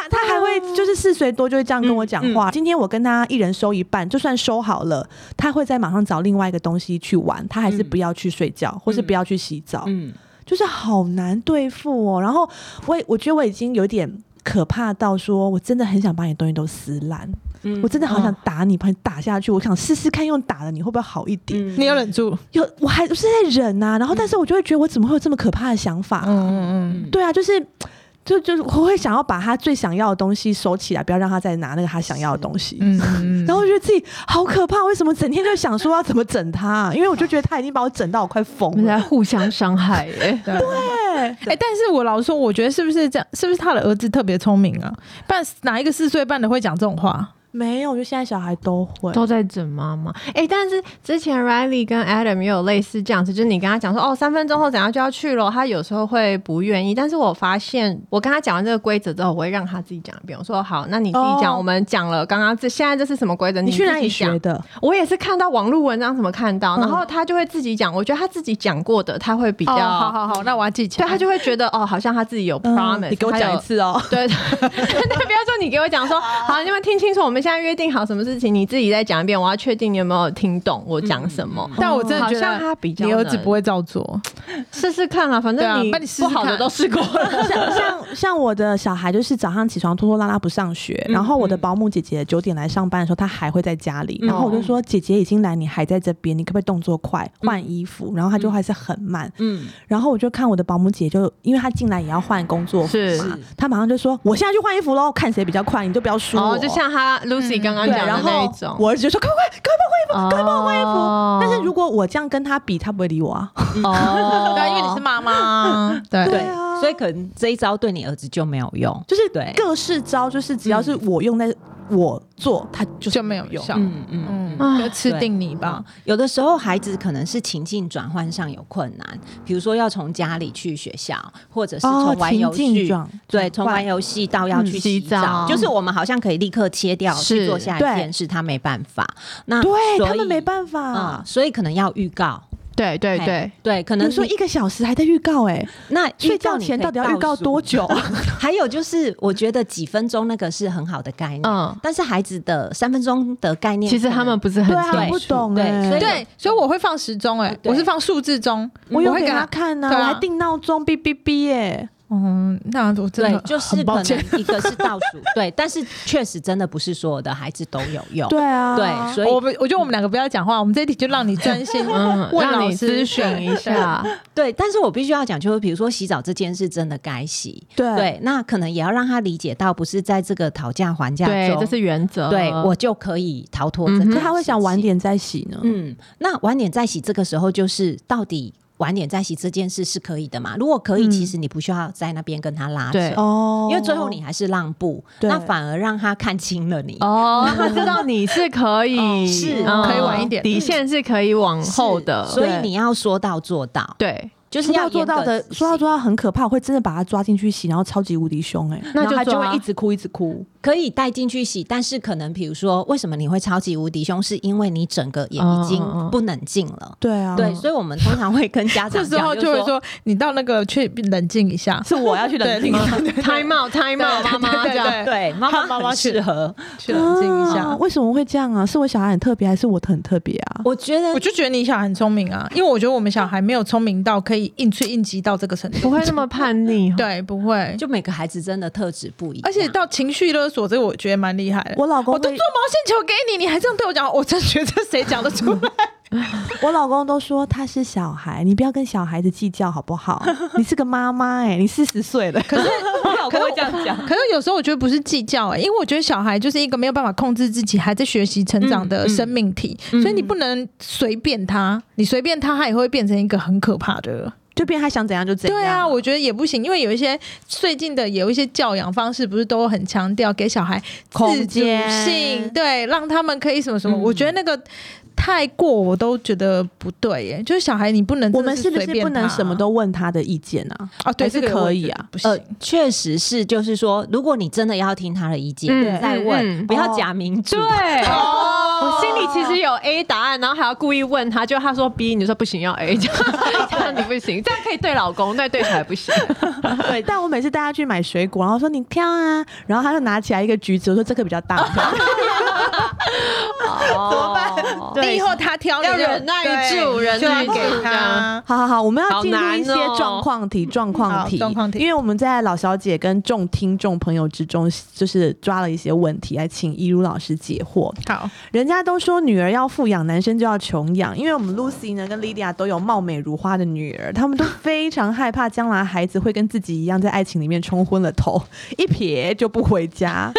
A: 他他他还会就是四岁多就会这样跟我讲
C: 嗯
A: 话。今天我跟他一人收一半，就算收好了，他会在马上找另外一个东西去玩，他还是不要去睡觉，或是不要去洗澡，
C: 嗯，
A: 就是好难对付哦。然后我也我觉得我已经有点。可怕到说，我真的很想把你东西都撕烂，
C: 嗯
A: 我真的好想打你，把你打下去。我想试试看，用打的你会不会好一点？
C: 嗯
D: 你有忍住，
A: 有，我还是在忍呐、然后，但是我就会觉得，我怎么会有这么可怕的想法？
D: 嗯嗯
A: 对啊，就是，就就是我会想要把他最想要的东西收起来，不要让他再拿那个他想要的东西。
D: 嗯嗯
A: 然后我觉得自己好可怕，为什么整天就想说要怎么整他、因为我就觉得他已经把我整到我快疯
B: 我们在
A: 了。
B: 互相伤害耶。
D: 对，
A: 对，
D: 哎、但是我老实说，我觉得是不是这样？是不是他的儿子特别聪明啊？不然哪一个四岁半的会讲这种话？
A: 没有，我觉得现在小孩都会。
B: 都在整妈妈，哎、但是之前 Riley 跟 Adam 也有类似这样子，就是你跟他讲说，哦，三分钟后怎样就要去了，他有时候会不愿意。但是我发现，我跟他讲完这个规则之后，我会让他自己讲一遍。我说好，那你自己讲，
A: 哦
B: 我们讲了刚刚这现在这是什么规则？
A: 你去
B: 自己
A: 哪里
B: 讲
A: 学？的？
B: 我也是看到网络文章怎么看到，
A: 嗯
B: 然后他就会自己讲。我觉得他自己讲过的，他会比较，
D: 哦，好好好，那我要记起
B: 对
D: 来。
B: 他就会觉得哦，好像他自己有 promise、
A: 嗯 你给我
B: 他有
A: 讲一次哦。
B: 对，对对不要说你给我讲说，好，你们听清楚，我们现下约定好什么事情，你自己再讲一遍，我要确定你有没有听懂我讲什么。
D: 但我真的
B: 好
D: 觉
B: 像他
D: 得
B: 比较
D: 你儿子
B: 能
D: 不会照做，
B: 试试看啦，反
D: 对啊
B: 正你
D: 那你试试
B: 不好的
D: 看
B: 都试过了。
A: 像 像像我的小孩，就是早上起床拖拖拉拉不上学，然后我
B: 嗯
A: 的保姆姐姐九点来上班的时候，她还会在家里，然后
B: 哦
A: 我就说姐姐已经来，你还在这边，你可不可以动作快
B: 嗯
A: 换衣服？然后她就还是很慢，
C: 嗯，
A: 然后我就看我的保姆姐就，因为她进来也要换工作服
B: 是哦
A: 嘛，她马上就说我现在去换衣服喽，看谁比较快，你就不要输我。
B: 哦，就像他 Lucy 刚刚
A: 对，
B: 讲的
A: 然
B: 那一
A: 后
B: 种，
A: 我儿子就说快快快快帮我换衣服，快帮我换衣
B: 哦
A: 服。但是如果我这样跟他比，他不会理我啊。
B: 哦，
D: 对啊，因为你是妈妈，对
C: 对，所以可能这一招对你儿子就没有用，
A: 就是
C: 对
A: 各式招，就是只要是
B: 嗯
A: 我用在我做，他就
D: 就没有效，
C: 嗯嗯嗯。
D: 嗯，就吃
C: 对
D: 定你吧。
C: 有的时候孩子可能是情境转换上有困难，比如说要从家里去学校，或者是
B: 哦
C: 从玩游
A: 哦情境
C: 戏，
A: 转
C: 对，从玩
A: 换
C: 游戏到要
A: 嗯
C: 去
B: 洗
C: 洗
B: 澡
C: 就是我们好像可以立刻切掉
B: 是
C: 去做下一
A: 对
C: 件事，他没办法。那
A: 对
C: 所以
A: 他们没办法
C: 嗯，。啊所以可能要预告。
B: 对对
C: 嘿
B: 对，
C: 对，可能
A: 你说
C: 你
A: 一个小时还在预告哎、
C: 那
A: 睡
C: 预告
A: 觉
C: 你
A: 前
C: 可以
A: 到底要预告
C: 数
A: 多久？
C: 还有就是，我觉得几分钟那个是很好的概念，
B: 嗯
C: 但是孩子的三分钟的概念，
B: 其实他们不是很
A: 对啊，
B: 清
A: 不
B: 楚
A: 懂
C: 对
A: 哎、
C: 所以
D: 对，所以我会放时钟，哎，
C: 对
D: 我是放数字钟，
A: 我有
D: 会
A: 给
D: 给
A: 他。看呢、
D: 对啊
A: 我还定闹钟，哔哔哔哎，
D: 嗯，那我真
C: 对
D: 的，
C: 就是
D: 很
C: 可
D: 抱
C: 能
D: 歉，
C: 一个是倒数，对，但是确实真的不是所有的孩子都有用，
A: 对啊，
C: 对所以
D: 我们我觉得我们两个不要讲话，我们这一题就让你专心
B: 嗯，
D: 问
B: 让
D: 老
B: 你咨
D: 师
B: 询一下，
C: 对，但是我必须要讲，就是比如说洗澡这件事真的该洗，
A: 对
C: 对，那可能也要让他理解到，不是在这个讨价还价
B: 对，
C: 中，
B: 这是原则。
C: 对我就可以逃脱这
B: 嗯哼
C: 个，
A: 可他会想晚。点再洗呢。
C: 嗯，那晚点再洗，这个时候就是到底晚点再洗这件事是可以的嘛？如果可以，
A: 嗯
C: 其实你不需要在那边跟他拉扯，
B: 对
A: 哦，
C: 因为最后你还是让步，
A: 对
C: 那反而让他看清了你。
B: 哦，让他知道你是可以，
C: 哦是
B: 嗯
D: 可以晚一点
B: 底线是可以往
C: 是
B: 后的，
C: 所以
A: 对
C: 你要说到做到，
B: 对，
C: 就是
A: 说
C: 要
A: 到做到的
C: 严格，执
A: 说到
C: 行
A: 做到很可怕，我会真的把他抓进去洗，然后超级无敌凶哎、
B: 那
A: 然后
B: 就
A: 他就
C: 啊
B: 抓
A: 会一直哭一直哭。
C: 可以带进去洗，但是可能比如说，为什么你会超级无敌凶，是因为你整个也已经
B: 嗯嗯嗯
C: 不冷静了。
A: 对啊，
C: 对，所以我们通常会跟家
D: 这
C: 长
D: 时候
C: 讲，
D: 就会
C: 是
D: 说，你到那个去冷静一下，
A: 是我要去冷静
D: 对
B: ，time out time out，妈妈这样，
D: 对
C: 对， 妈
D: 和妈
C: 妈
D: 妈
C: 很
D: 去
C: 适合。
D: 去冷静一
A: 啊
D: 下。
A: 为什么会这样啊？是我小孩很特别，还是我很特别啊？
C: 我觉得
D: 我就觉得你小孩很聪明啊，因为我觉得我们小孩没有聪明到可以应催应急到这个程
B: 不
D: 度，
B: 会那么叛逆，，哦
D: 对，不会。
C: 就每个孩子真的特质不一样，
D: 而且到情绪勒索这个，我觉得蛮厉害的。
A: 我老公
D: 我都
A: 会
D: 做毛线球给你，你还这样对我讲，我真觉得谁讲得出来？
A: 我老公都说他是小孩，你不要跟小孩子计较好不好？你是个妈妈哎，你四十岁了，可是
C: 我老公会这样讲。
D: 可是有时候我觉得不是计较哎、因为我觉得小孩就是一个没有办法控制自己、还在学习成长
A: 嗯
D: 的生命体，所以你不能随便他，你随便他，他也会变成一个很可怕的。
A: 就变他想怎样就怎样。
D: 对啊，，我觉得也不行，因为有一些最近的有一些教养方式，不是都很强调给小孩自
A: 空
D: 主
A: 间嗯
D: 性，对，让他们可以什么什么。我觉得那个太过，我都觉得不对耶。就是小孩，你不能
A: 我
D: 真的
A: 们是不
D: 随
A: 是
D: 便
A: 不能
D: 他
A: 什么都问他的意见啊？
D: 哦？对，
A: 还是
D: 这个我
A: 可以
D: 觉得
A: 啊
D: 不行。
C: 呃，确实是，就是说，如果你真的要听他的意见，
B: 嗯
C: 你再问，
B: 嗯嗯
C: 不要假民主。
B: 对，
C: 哦
B: 我心里其实有 A 答案，然后还要故意问他，就他说 B，你就说不行，要 A，这样 这样你不行，这样可以对老公，但对小孩不 行。
A: 对， 但我每次带他去买水果，然后说你挑啊，然后他就拿起来一个橘子，我说这个比 较大。
B: 哦，
A: 呃
D: 你以后他挑，
B: 要
D: 你就
B: 忍耐住
D: 对
B: 忍
D: 就
B: 耐
D: 要
B: 住
D: 给
B: 这样
D: 他。
A: 好好好，我们要进入一些
B: 好难哦
A: 状况题，状况
D: 好
A: 题，
D: 状况题
A: 因为我们在老小姐跟众听众朋友之中，就是抓了一些问题，来请一如老师解惑。
D: 好，
A: 人家都说女儿要富养，男生就要穷养，因为我们 Lucy 呢跟 Lydia 都有貌美如花的女儿，他们都非常害怕将来孩子会跟自己一样在爱情里面冲昏了头， 一撇就不回家。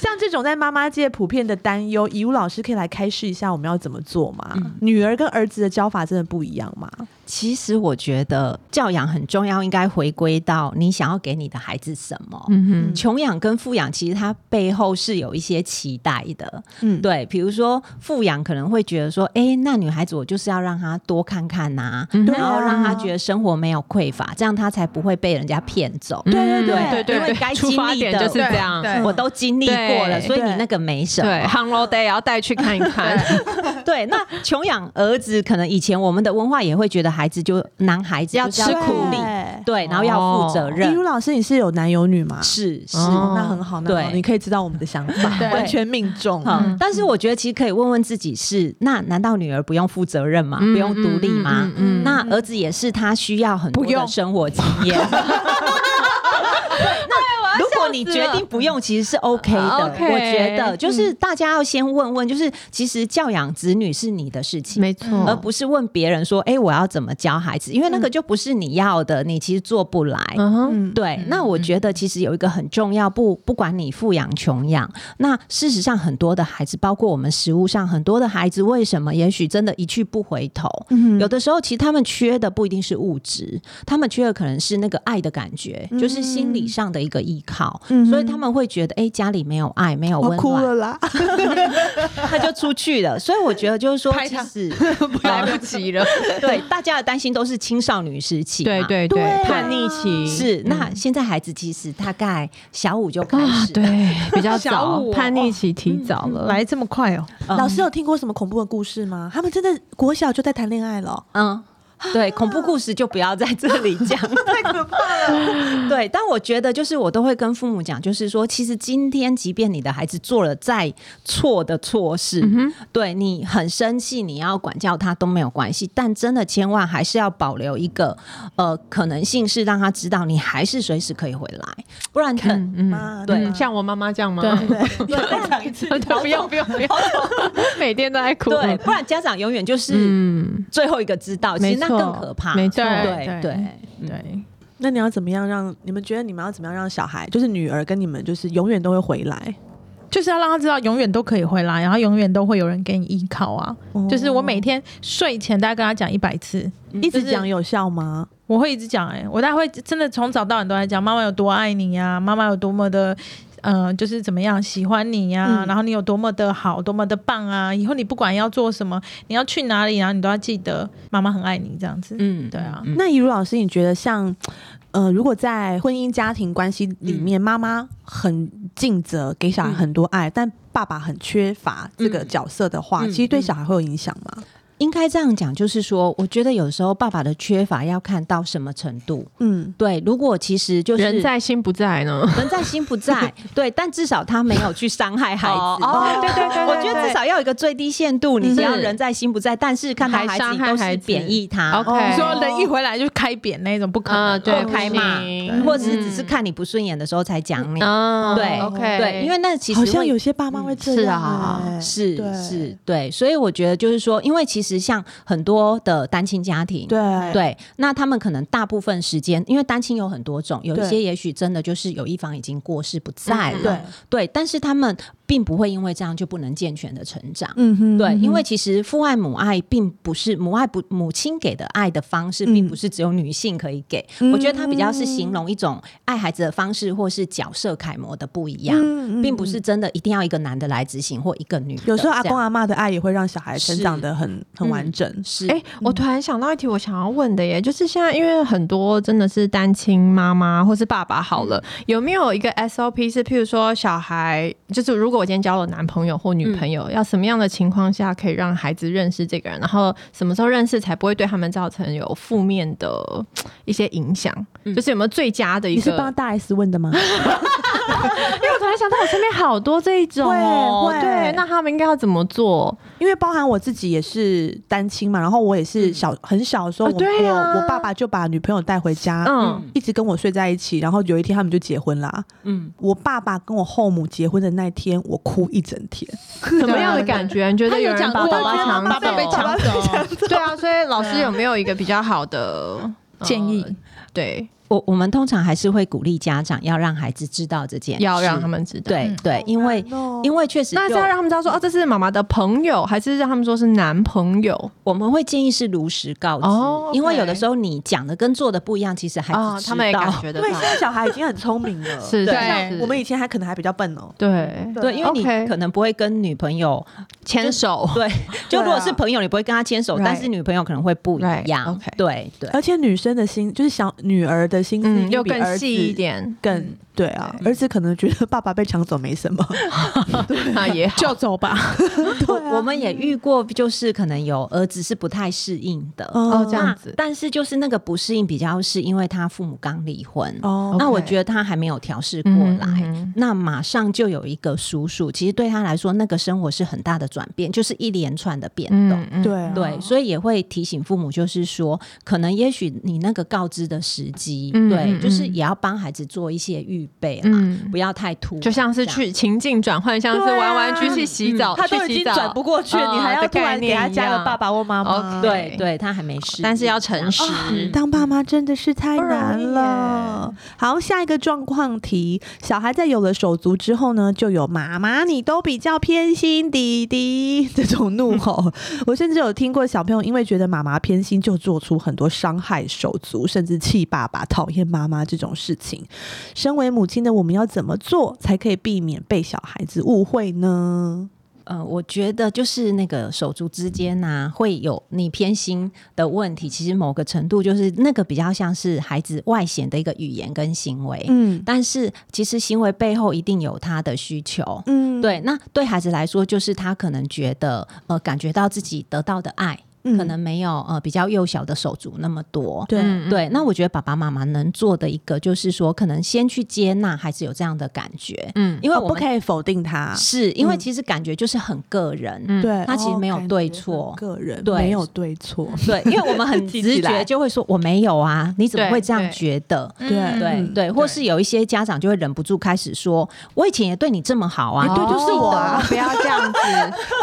A: 像这种在妈妈界普遍的担忧，以武老师可以来开示一下，我们要怎么做吗？
B: 嗯
A: 女儿跟儿子的教法真的不一样吗？
C: 其实我觉得教养很重要，应该回归到你想要给你的孩子什么。
B: 嗯
C: 穷养跟富养，其实它背后是有一些期待的。
A: 嗯，
C: 对，比如说富养可能会觉得说，哎、那女孩子我就是要让她多看看呐、
B: 嗯
A: 对
C: 然后
A: 啊
C: 让她觉得生活没有匮乏，这样她才不会被人家骗走。
A: 嗯
B: 嗯
A: 对对
B: 对
A: 对
B: 对
C: 因为
B: 对，
C: 该
B: 出
C: 经
B: 发
C: 历
B: 点
C: 的
B: 就是这样。
D: 对
C: 我都经历过了，
B: 对
C: 所以你
A: 对
C: 那个没什
B: 对
C: 么。
B: ，Hello Day 也要带去看一看。
C: 对，那穷养儿子，可能以前我们的文化也会觉得孩子就男孩子
B: 要
C: 就是要
B: 吃
C: 苦
B: 苦
C: 力
A: 对，
C: 对，然后要负责
A: 一
C: 任
A: 如，老师，你是有男有女吗？
C: 是是。
B: 哦
A: 那很好，那很好，
C: 对
A: 你可以知道我们的想 法，
D: 对
A: 完全命中。
C: 好
B: 嗯
C: 但是我觉得其实可以问问自己是，那难道女儿不用负责任吗？
B: 嗯
C: 不用独立吗？
B: 嗯嗯嗯
C: 那儿子也是，他需要很多
D: 不用
C: 的生活经 验。 对那如果你决定不用，其实是 OK 的。
B: 哦 OK 嗯
C: 我觉得就是大家要先问问，就是其实教养子女是你的事情，
B: 没错，
C: 呃而不是问别人说：“哎、我要怎么教孩子？”因为那个就不是你要的，你其实做不来。
B: 嗯哼，
A: 嗯，
C: 对，那我觉得其实有一个很重要，不不管你富养穷养，那事实上很多的孩子，包括我们食物上很多的孩子，为什么也许真的一去不回头？
A: 嗯
C: 有的时候其实他们缺的不一定是物质，他们缺的可能是那个爱的感觉，就是心理上的一个依靠，
A: 嗯
C: 所以他们会觉得，哎、家里没有爱，没有
A: 我
C: 温
A: 哦哭
C: 暖，
A: 了啦，
C: 他就出去了。所以我觉得就是说，
D: 拍
C: 其
D: 他
C: 实
B: 来不及了，
C: 对大家的担心都是青少女时期嘛，
B: 对对对，
C: 啊嗯
B: 叛逆期
C: 是，那现在孩子其实大概小五就开
B: 啊
C: 始，，
B: 对，比较
D: 小
B: 早
D: 五，哦
B: 叛逆期提早了，
D: 来这么快哦，
C: 嗯
A: 老师有听过什么恐怖的故事吗？他们真的国小就在谈恋爱了，
C: 嗯。对，恐怖故事就不要在这里讲， 太可怕了。对，但我觉得就是我都会跟父母讲，就是说，其实今天即便你的孩子做了再错的错事，对你很生气，你要管教他都没有关系，但真的千万还是要保留一个呃可能性，是让他知道你还是随时可以回来，不然可
B: 嗯嗯，
A: 妈，
C: 对
A: 那
B: 嗯像我妈妈这样吗？
C: 对，不然
B: 不用不用不用， 每天都在哭，
C: 对，不然家长永远就是
B: 嗯，
C: 最后一个知道，其
B: 没
C: 实那
B: 错，
C: 更可怕。
B: 没错，
C: 对嗯
D: 对
C: 对对
D: 对，
A: 那你要怎么样让你们觉得你们要怎么样让小孩，就是女儿跟你们就是永远都会回来？
D: 就是要让他知道永远都可以回来，然后永远都会有人给你依靠啊。
A: 哦
D: 就是我每
A: 天
D: 天睡前大概跟他讲一百次，
A: 一直
D: 就是
A: 讲有效吗？
D: 我会一直讲哎、我大概会真的从早到晚都在讲妈妈有多爱你呀、妈妈有多么的。呃，就是怎么样喜欢你呀、
A: 嗯
D: 然后你有多么的好，多么的棒啊！以后你不管要做什么，你要去哪里，然后你都要记得妈妈很爱你这样子。
C: 嗯
D: 对啊
C: 嗯
A: 那怡如老师，你觉得像，呃，如果在婚姻家庭关系里面，妈妈很尽责，给小孩很多爱，但爸爸很缺乏这个角色的话，
C: 嗯
A: 其实对小孩会有影响吗？
C: 应该这样讲，就是说，我觉得有时候爸爸的缺乏要看到什么程度。
A: 嗯，
C: 对，如果其实就是
B: 人在心不在呢，
C: 人在心不 在，对，但至少他没有去伤害孩
B: 哦
C: 子。
B: 哦对对对嗯
C: 我觉得至少要有一个最低限度，你不要
B: 是
C: 人在心不在，但是看到
B: 还
C: 孩
B: 伤
C: 子
B: 害
C: 都
B: 孩
C: 是
B: 子
C: 贬义他。
A: 嗯
B: OK
D: 你
B: 哦
D: 说人一回来就开扁那种，不可能。
B: 嗯，对，
C: 不开
B: 嘛
C: 骂，或者是只是看你不顺眼的时候才讲你。
B: 啊，
C: 对
B: ，OK，
C: 对，因为那其实
A: 好像
C: 会
A: 有些爸妈会这
C: 是
A: 样、
C: 啊
A: 哎，
C: 是
A: 对
C: 是，对，所以我觉得就是说，因为其实像很多的单亲家庭，
A: 对，
C: 对，那他们可能大部分时间，因为单亲有很多种，有
A: 对
C: 一些也许真的就是有一方已经过世不在了，
B: 嗯
A: 对，
C: 对，但是他们并不会因为这样就不能健全的成长。
A: 嗯哼
C: 对，因为其实父爱母爱并不是母爱不母亲给的爱的方式，并
A: 嗯
C: 不是只有女性可以给。我觉得它比较是形容一种爱孩子的方式，或是角色楷模的不一样，
A: 嗯嗯
C: 并不是真的一定要一个男的来执行或一个女的这样。嗯
A: 有时候阿公啊阿妈的爱也会让小孩成长的很很完整。
C: 是
B: 哎、我突然想到一题，我想要问的耶，就是现在因为很多真的是单亲妈妈或是爸爸好了，有没有一个 SOP 是，譬如说小孩，就是如果我今天交了男朋友或女朋友，要什么样的情况下可以让孩子认识这个人，然后什么时候认识才不会对他们造成有负面的嘖一些影响？就是有没有最佳的一
A: 你是
B: 个？
A: 帮大 S 问的 吗？
B: 因为我突然想到，我身边好多这一种哦、
A: 会会
B: 对，那他们应该要怎么做？
A: 因为包含我自己也是单亲嘛，然后我也是
C: 嗯
A: 小、很小的时候，
C: 哦
B: 啊
A: 我、
B: 对啊
A: 我我爸爸就把女朋友带回家，
B: 嗯，
A: 一直跟我睡在一起，然后有一天他们就结婚啦。
C: 嗯，
A: 我爸爸跟我后母结婚的那天，我哭一整天。
B: 什么样的感觉？你觉得有人把宝宝抢
D: 爸爸被
B: 走？
D: 抢走，
B: 对啊，所以老师有没有一个比较好 的呃
D: 建议
B: 对，
C: 嗯我我们通常还是会鼓励家长要让孩子知道这件事，
B: 要让他们知道。
C: 对
D: 嗯
C: 对，因为
A: 哦
C: 因为确实
B: 那
C: 就
B: 是要让他们知道说，哦，这是妈妈的朋友，还是让他们说是男朋友？
C: 我们会建议是如实告知，
B: 哦，OK
C: 因为有的时候你讲的跟做的不一样，其实孩
B: 哦
C: 子，知道。
B: 他们也感觉
A: 因
B: 得到
A: 为，现在小孩已经很聪明了，
B: 是
D: 对
B: 是是
A: 我们以前还可能还比较笨哦、
B: 对
C: 对，因啊为你
B: OK
C: 可能不会跟女朋友，
B: 牵手，
C: 对，
A: 对
C: 就
A: 啊
C: 如果是朋友，你不会跟他牵手，
B: Right
C: 但是女朋友可能会不一样
A: 啊
B: Right，OK。
C: 对对，
A: 而且女生的心就是小女儿的心思
B: 嗯，
A: 一定
B: 又
A: 比
B: 更
A: 儿
B: 细一
A: 子
B: 点，嗯
A: 更对啊，儿子可能觉得爸爸被抢走没什么，
B: 那也好。
D: 就走吧。
A: 对啊
C: 我们也遇过，就是可能有儿子是不太适应的。
A: 嗯
B: 哦，这样
C: 那
B: 子，
C: 但是就是那个不适应，比较是因为他父母刚离婚，
A: 哦，
C: 那
B: OK
C: 我觉得他还没有调试过
B: 嗯
C: 来，那马上就有一个叔叔，其实对他来说，那个生活是很大的转变，就是一连串的变动。
B: 嗯，嗯
A: 对，啊
C: 对，所以也会提醒父母，就是说，可能也许你那个告知的时机，
B: 嗯
C: 对，
B: 嗯
C: 就是
B: 嗯
C: 也要帮孩子做一些预备啦，
B: 嗯
C: 不要太突然，
B: 就像是
C: 这样
B: 去情境转换，像是
A: 对啊
B: 玩玩具去洗澡，
A: 他都
B: 去
A: 已
B: 洗
A: 经
B: 澡
A: 转不过去了，
B: 嗯
A: 你还要
B: 的
A: 突然
B: 概
A: 给
B: 念
A: 他
B: 一
A: 加
B: 样哦
A: 个爸爸或妈妈，
B: OK
C: 对对，他还没适应，
B: 但是要诚实。
C: 嗯
A: 当爸妈真的是太
B: 不容
A: 难
B: 易
A: 了。好，下一个状况题：小孩在有了手足之后呢，就有“妈妈，你都比较偏心弟弟” 这种怒 吼。我甚至有听过小朋友因为觉得妈妈偏心，就做出很多伤害手足，甚至气爸爸、讨厌妈妈这种事情。身为母亲的我们要怎么做才可以避免被小孩子误会呢？
C: 呃，我觉得就是那个手足之间呐、会有你偏心的问题。其实某个程度就是那个比较像是孩子外显的一个语言跟行为，
A: 嗯
C: 但是其实行为背后一定有他的需求。
A: 嗯，
C: 对，那对孩子来说，就是他可能觉得呃，感觉到自己得到的爱，
A: 嗯，
C: 可能没有呃比较幼小的手足那么多。
A: 对，
B: 嗯
C: 对，那我觉得爸爸妈妈能做的一个，就是说，可能先去接纳孩子有这样的感觉，
B: 嗯
C: 因为
A: 哦
C: 我
A: 不
C: 们
A: 可以否定他。
C: 是因为
A: 嗯
C: 其实感觉就是很个人，
B: 嗯
A: 对，
C: 他其实
A: 哦
C: 没有
A: 感
C: 对
A: 觉
C: 错
A: 很个人
C: 对
A: 没有对错，
C: 对，因为我们很
A: 记
C: 直
A: 起来
C: 觉就会说我没有啊，你怎么
B: 对
C: 会这样
B: 对
C: 觉得？
A: 对
D: 嗯
C: 对对，或是有一些家长就会忍不住开始说，我以前也对你这么好啊，
A: 哎对就是我啊
B: 哦不要这样子，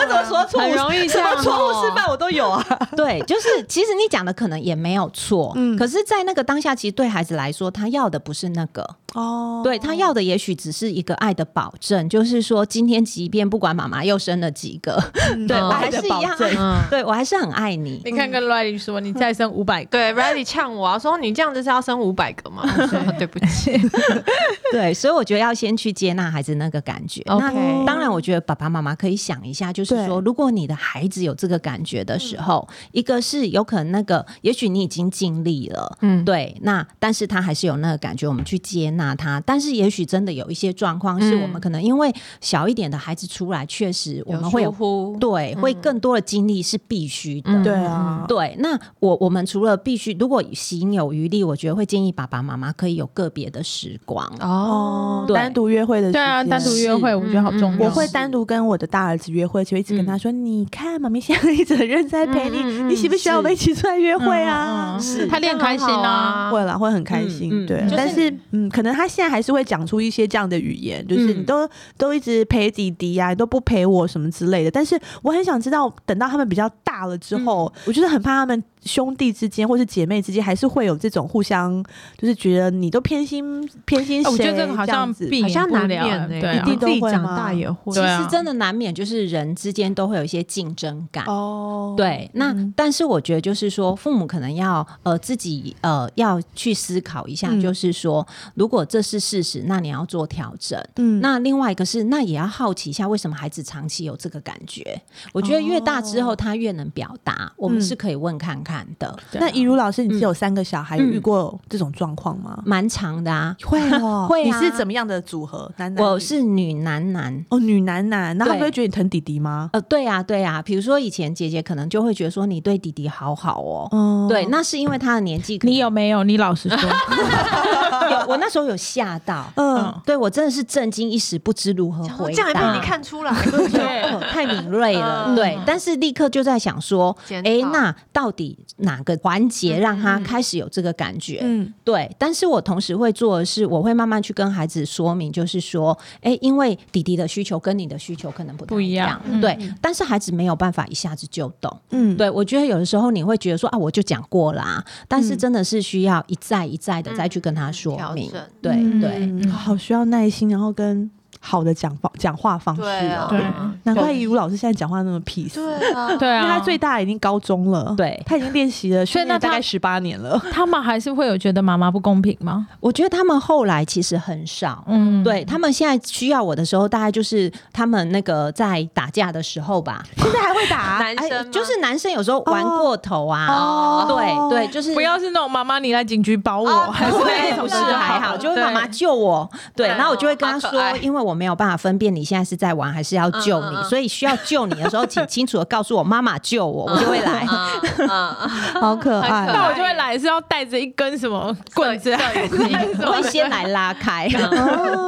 A: 我怎么说错误？
B: 很容易这样
A: 什么错误
B: 哦
A: 示范我都有啊。
C: 对，就是其实你讲的可能也没有错，
A: 嗯
C: 可是，在那个当下，其实对孩子来说，他要的不是那个，
A: 哦
C: 对他要的也许只是一个爱的保证，就是说，今天即便不管妈妈又生了几个，对
B: 嗯
C: 我还
B: 爱
C: 是
A: 的
C: 一
A: 保
C: 样
A: 证，
B: 嗯，
C: 对我还是很爱你。
D: 你看跟 Riley 说，你再生五百个，
B: 对 r e a d y 呛我啊，说你这样子是要生五百个吗？我说哦对不 起，
C: 对，所以我觉得要先去接纳孩子那个感觉。
B: OK
C: 那当然，我觉得爸爸妈妈可以想一下，就是说，
A: 对
C: 如果你的孩子有这个感觉的
B: 嗯
C: 时候，一个是有可能那个，也许你已经尽力了。
B: 嗯，
C: 对，那但是他还是有那个感觉，我们去接纳他。但是也许真的有一些状况，是我们
B: 嗯
C: 可能因为小一点的孩子出来，确实我们会
B: 有
C: 有
B: 疏忽，
C: 对，会更多的精力是必须的。
B: 嗯
A: 对啊，
C: 对，那我我们除了必须，如果行有余力，我觉得会建议爸爸妈妈可以有个别的时光。
A: 哦
B: 哦，，
C: 对
A: 单独约会的时
D: 对啊，
A: 间
D: 单独约会我觉得好重
B: 嗯
D: 要。
A: 我会单独跟我的大儿子约会，就一直跟
C: 嗯
A: 他说：“你看，妈咪现在一直很认真在陪你，
B: 嗯嗯嗯
A: 你喜不喜欢我们一起出来约会啊？”
C: 嗯是
D: 他练开心啊，
A: 会啦，会很开心，
C: 嗯嗯
A: 对
C: 就。是
A: 但是，嗯，可能他现在还是会讲出一些这样的语言，就是
C: 嗯
A: 你都都一直陪弟弟呀，你都不陪我什么之类的。但是我很想知道，等到他们比较大了之后，我就是很怕他们兄弟之间或是姐妹之间，还是会有这种互相，就是觉得你都偏心偏心谁，
D: 哎我觉得这个好
A: 样
D: 像
A: 子
D: 避
B: 好
D: 免
B: 像
D: 不
B: 难
D: 了
B: 免
D: 啊，
B: 呢，
D: 对
B: 一
D: 啊
B: 定
A: 都
B: 自己
A: 会
B: 长
A: 吗
B: 大也会，
D: 对啊
C: 其实真的难免，就是人之间都会有一些竞争感。
A: 哦，
C: 对，那、
A: 嗯
C: 但是我觉得就是说，父母可能要呃自己呃要去思考一下，
A: 嗯
C: 就是说，如果这是事实，那你要做调整。
A: 嗯
C: 那另外一个是，那也要好奇一下，为什么孩子长期有这个感觉？我觉得越大之后，
A: 哦
C: 他越能表达，我们
A: 嗯
C: 是可以问看看的，
A: 那一如老师，你
C: 嗯
A: 是有三个小孩，有遇过这种状况吗？
C: 蛮长的啊。
A: 会哦
C: 会
A: 你
C: 啊
A: 是怎么样的组合？男男女
C: 我是女男男。
A: 哦，女男男，那他们
C: 对
A: 会觉得你疼弟弟吗？
C: 呃，对啊，对啊，比如说以前姐姐可能就会觉得说你对弟弟好好哦，
A: 嗯，
C: 对，那是因为他的年纪可能，
D: 你有没有？你老实说，
C: 有我那时候有吓到，
A: 嗯，
C: 对我真的是震惊一时，不知如何
B: 想说
C: 回
B: 竟然被
C: 答。
B: 你看出来，
C: 哦太敏锐了，
B: 嗯
C: 对，但是立刻就在想说，
B: 检讨
C: 哎，那到底哪个环节让他开始有这个感觉？
A: 嗯
C: 对，但是我同时会做的是，我会慢慢去跟孩子说明，就是说，哎，因为弟弟的需求跟你的需求可能不太
D: 不一
C: 一
D: 样嗯
C: 对，但是孩子没有办法一下子就懂。
A: 嗯，
C: 对，我觉得有的时候你会觉得说啊，我就讲过啦、但是
A: 嗯
C: 真的是需要一再一再的再去跟他说
B: 嗯调
C: 明。
B: 整
C: 对
A: 嗯
C: 对，
A: 好需要耐心，然后跟好的讲方讲话方式
B: 对
A: 哦、
B: 啊，
A: 难怪于老师现在讲话那么 peace，
B: 对啊，
D: 对
A: 因为
D: 啊，
A: 他最大已经高中了，
C: 对
A: 他已经练习了，
D: 所以
A: 训练
D: 那他
A: 大概十八年 了。
D: 他们还是会有觉得妈妈不公平吗？
C: 我觉得他们后来其实很少，
D: 嗯，
C: 对他们现在需要我的时候，大概就是他们那个在打架的时候吧，
A: 现在还会打
B: 男生
C: 哎，
B: 吗
C: 就是男生有时候玩过头啊，
A: 哦
C: 对对，就是
D: 不要是那种妈妈你来警局保我， 还是
C: 对，不是还好，就会妈妈救我。对，
B: 对哦
C: 然后我就会跟他
B: 好可爱
C: 说，因为我没有办法分辨你现在是在玩还是要救
B: 嗯
C: 你，
B: 嗯嗯
C: 所以需要救你的时候，请清楚的告诉我，妈妈救我，哦我就会来。
B: 啊，
A: 好可爱
B: 很可
D: 那
A: 哦。
D: 我就会来是要带着一根什么 棍子啊 还是
C: 我 会先来拉开。
A: 嗯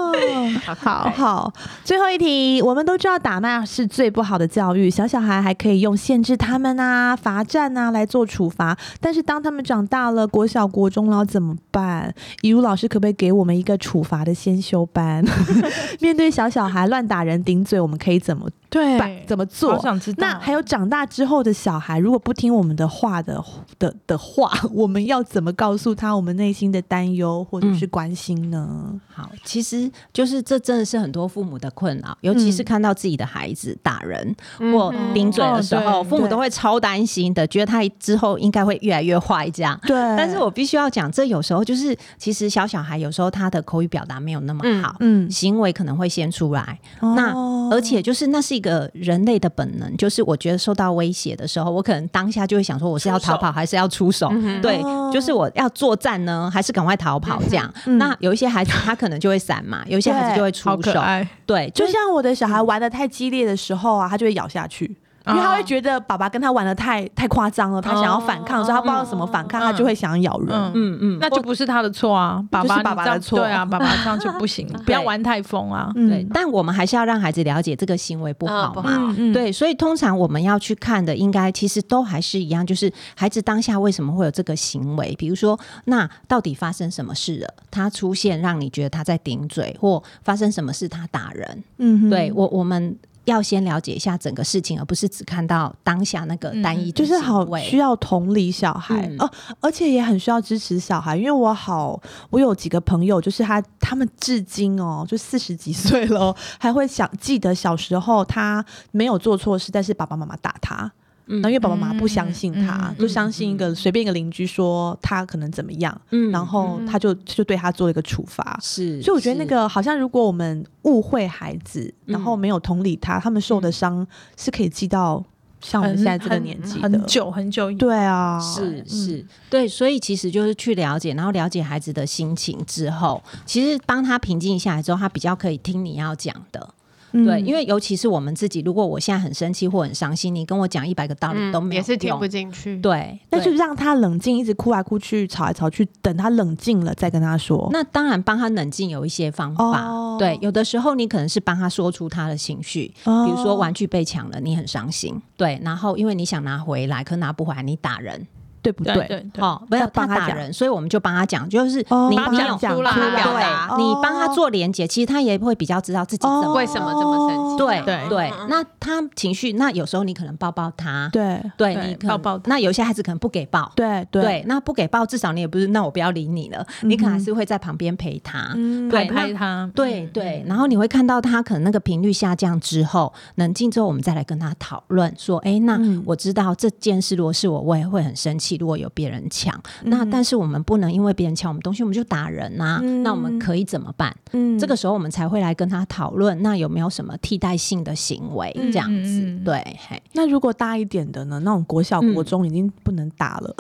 D: 好
A: 好，哦最后一题，我们都知道打骂是最不好的教育，小小孩还可以用限制他们啊、罚站啊来做处罚，但是当他们长大了，国小、国中了怎么办？以如老师可不可以给我们一个处罚的先修班？ 面对小小孩乱打人、顶嘴，我们可以怎么办
D: 对？
A: 怎么
D: 好
A: 做？
D: 想知道。
A: 那还有长大之后的小孩，如果不听我们的话的的的话，我们要怎么告诉他我们内心的担忧或者
C: 嗯
A: 是关心呢？
C: 好，其实就是这真的是很多父母的困扰，尤其是看到自己的孩子打人
A: 嗯
C: 或顶嘴的时候，
D: 哦对
C: 父母都会超担心的，觉得他之后应该会越来越坏这样。
A: 对，
C: 但是我必须要讲，这有时候就是，其实小小孩有时候他的口语表达没有那么
B: 嗯
C: 好，
A: 嗯，
C: 行为可能会先出来。那
A: 那
C: 而且就是那是一个人类的本能，就是我觉得受到威胁的时候，我可能当下就会想说，我是要逃跑还是要出手？
B: 嗯哼
C: 对
A: 哦，
C: 就是我要作战呢，还是赶快逃跑这样？
A: 嗯
C: 那有一些孩子他可能就会闪嘛，有一些孩子就会
D: 好
C: 出
D: 可
C: 手，
D: 爱，
C: 对，就
A: 就是像我的小
C: 嗯
A: 孩玩的太激烈的时候啊，他就会咬下去，因为他
C: 啊
A: 会觉得爸爸跟他玩的太太夸张了，他想要反抗，
D: 哦
A: 所以他不知道怎么反抗，他就会想咬人。
D: 嗯。
C: 嗯嗯，
D: 那就不是他的错啊，爸爸
A: 就是
D: 你
A: 爸爸
D: 这样
A: 的错
D: 对啊，爸爸这样就不行，不要玩太疯啊。
C: 对
A: 嗯，，
C: 但我们还是要让孩子了解这个行为不好
B: 嗯不
C: 嘛
B: 好。
A: 嗯嗯，
C: 对，所以通常我们要去看的，应该其实都还是一样，就是孩子当下为什么会有这个行为？比如说，那到底发生什么事了？他出现让你觉得他在顶嘴，或发生什么事他打人？
A: 嗯哼
C: 对我，我们要先了解一下整个事情，而不是只看到当下那个单一
A: 就
C: 的
A: 是好
C: 行为
A: 需要同理小孩
C: 嗯
A: 哦、而且也很需要支持小孩，因为我好，我有几个朋友，就是他他们至今哦，就四十几岁了哦，还会想记得小时候他没有做错事，但是爸爸妈妈打他。
C: 嗯
A: 然后因为爸爸妈妈不相信他，
D: 嗯
A: 就相信一个随便一个邻居说他可能怎么样，
C: 嗯
A: 然后他就他就对他做了一个处罚。
C: 是，
A: 所以我觉得那
C: 是嗯
A: 个好像，如果我们误会孩子，然后没有同理他，他们受的伤是可以记到像我们现在这个年纪的
D: 很久很久以
A: 对啊，
C: 是是，嗯对，所以其实就是去了解，然后了解孩子的心情之后，其实帮他平静下来之后，他比较可以听你要讲的。
A: 嗯
C: 对，因为尤其是我们自己，如果我现在很生气或很伤心，你跟我讲一百个道理
D: 嗯
C: 都没有
B: 嗯也是听
C: 用
B: 不进去，
C: 对，
A: 那就
C: 对
A: 让他冷静，一直哭来哭去，吵来吵去，等他冷静了再跟他说。
C: 那当然帮他冷静有一些方法。
A: 哦
C: 对，有的时候你可能是帮他说出他的情绪，
A: 哦
C: 比如说玩具被抢了，你很伤心，对，然后因为你想拿回来，可拿不回来，你打人，
A: 对不
D: 对对
A: 对？
D: 对，
C: 哦，没有
A: 要帮他
C: 打
A: 讲
C: 人，所以我们就帮他讲，就是
A: 哦
C: 你
A: 帮
C: 你
A: 他
C: 有
A: 讲
B: 出来
C: 对，
B: 表达
A: 哦
C: 你帮他做连接，其实他也会比较知道自己怎么。
B: 哦为什么这么生气
C: 对
D: 对
C: 对
B: 嗯，
C: 那他情绪，那有时候你可能抱抱他，
A: 对
C: 对
D: 对
C: 你可能
D: 抱抱他
C: 那有些孩子可能不给抱，
A: 对对
C: 对，那不给抱，至少你也不是，那我不要理你了，
D: 嗯
C: 你可能还是会在旁边陪他，
A: 嗯
C: 对
D: 拍拍他，
C: 对
D: 嗯
C: 对，然后你会看到他可能那个频率下降之后，冷静之后，我们再来跟他讨论说，哎，那
A: 嗯
C: 我知道这件事，如果是我，我也会很生气。如果有别人抢，
D: 嗯
C: 啊那但是我们不能因为别人抢我们东西，我们就打人呐、
A: 嗯
C: 那我们可以怎么办？
A: 嗯
C: 这个时候我们才会来跟他讨论，那有没有什么替代性的行为
A: 嗯
C: 这样子？
D: 嗯嗯
C: 对，嘿
A: 那如果大一点的呢？那种国小、
C: 嗯
A: 国中已经不能打了，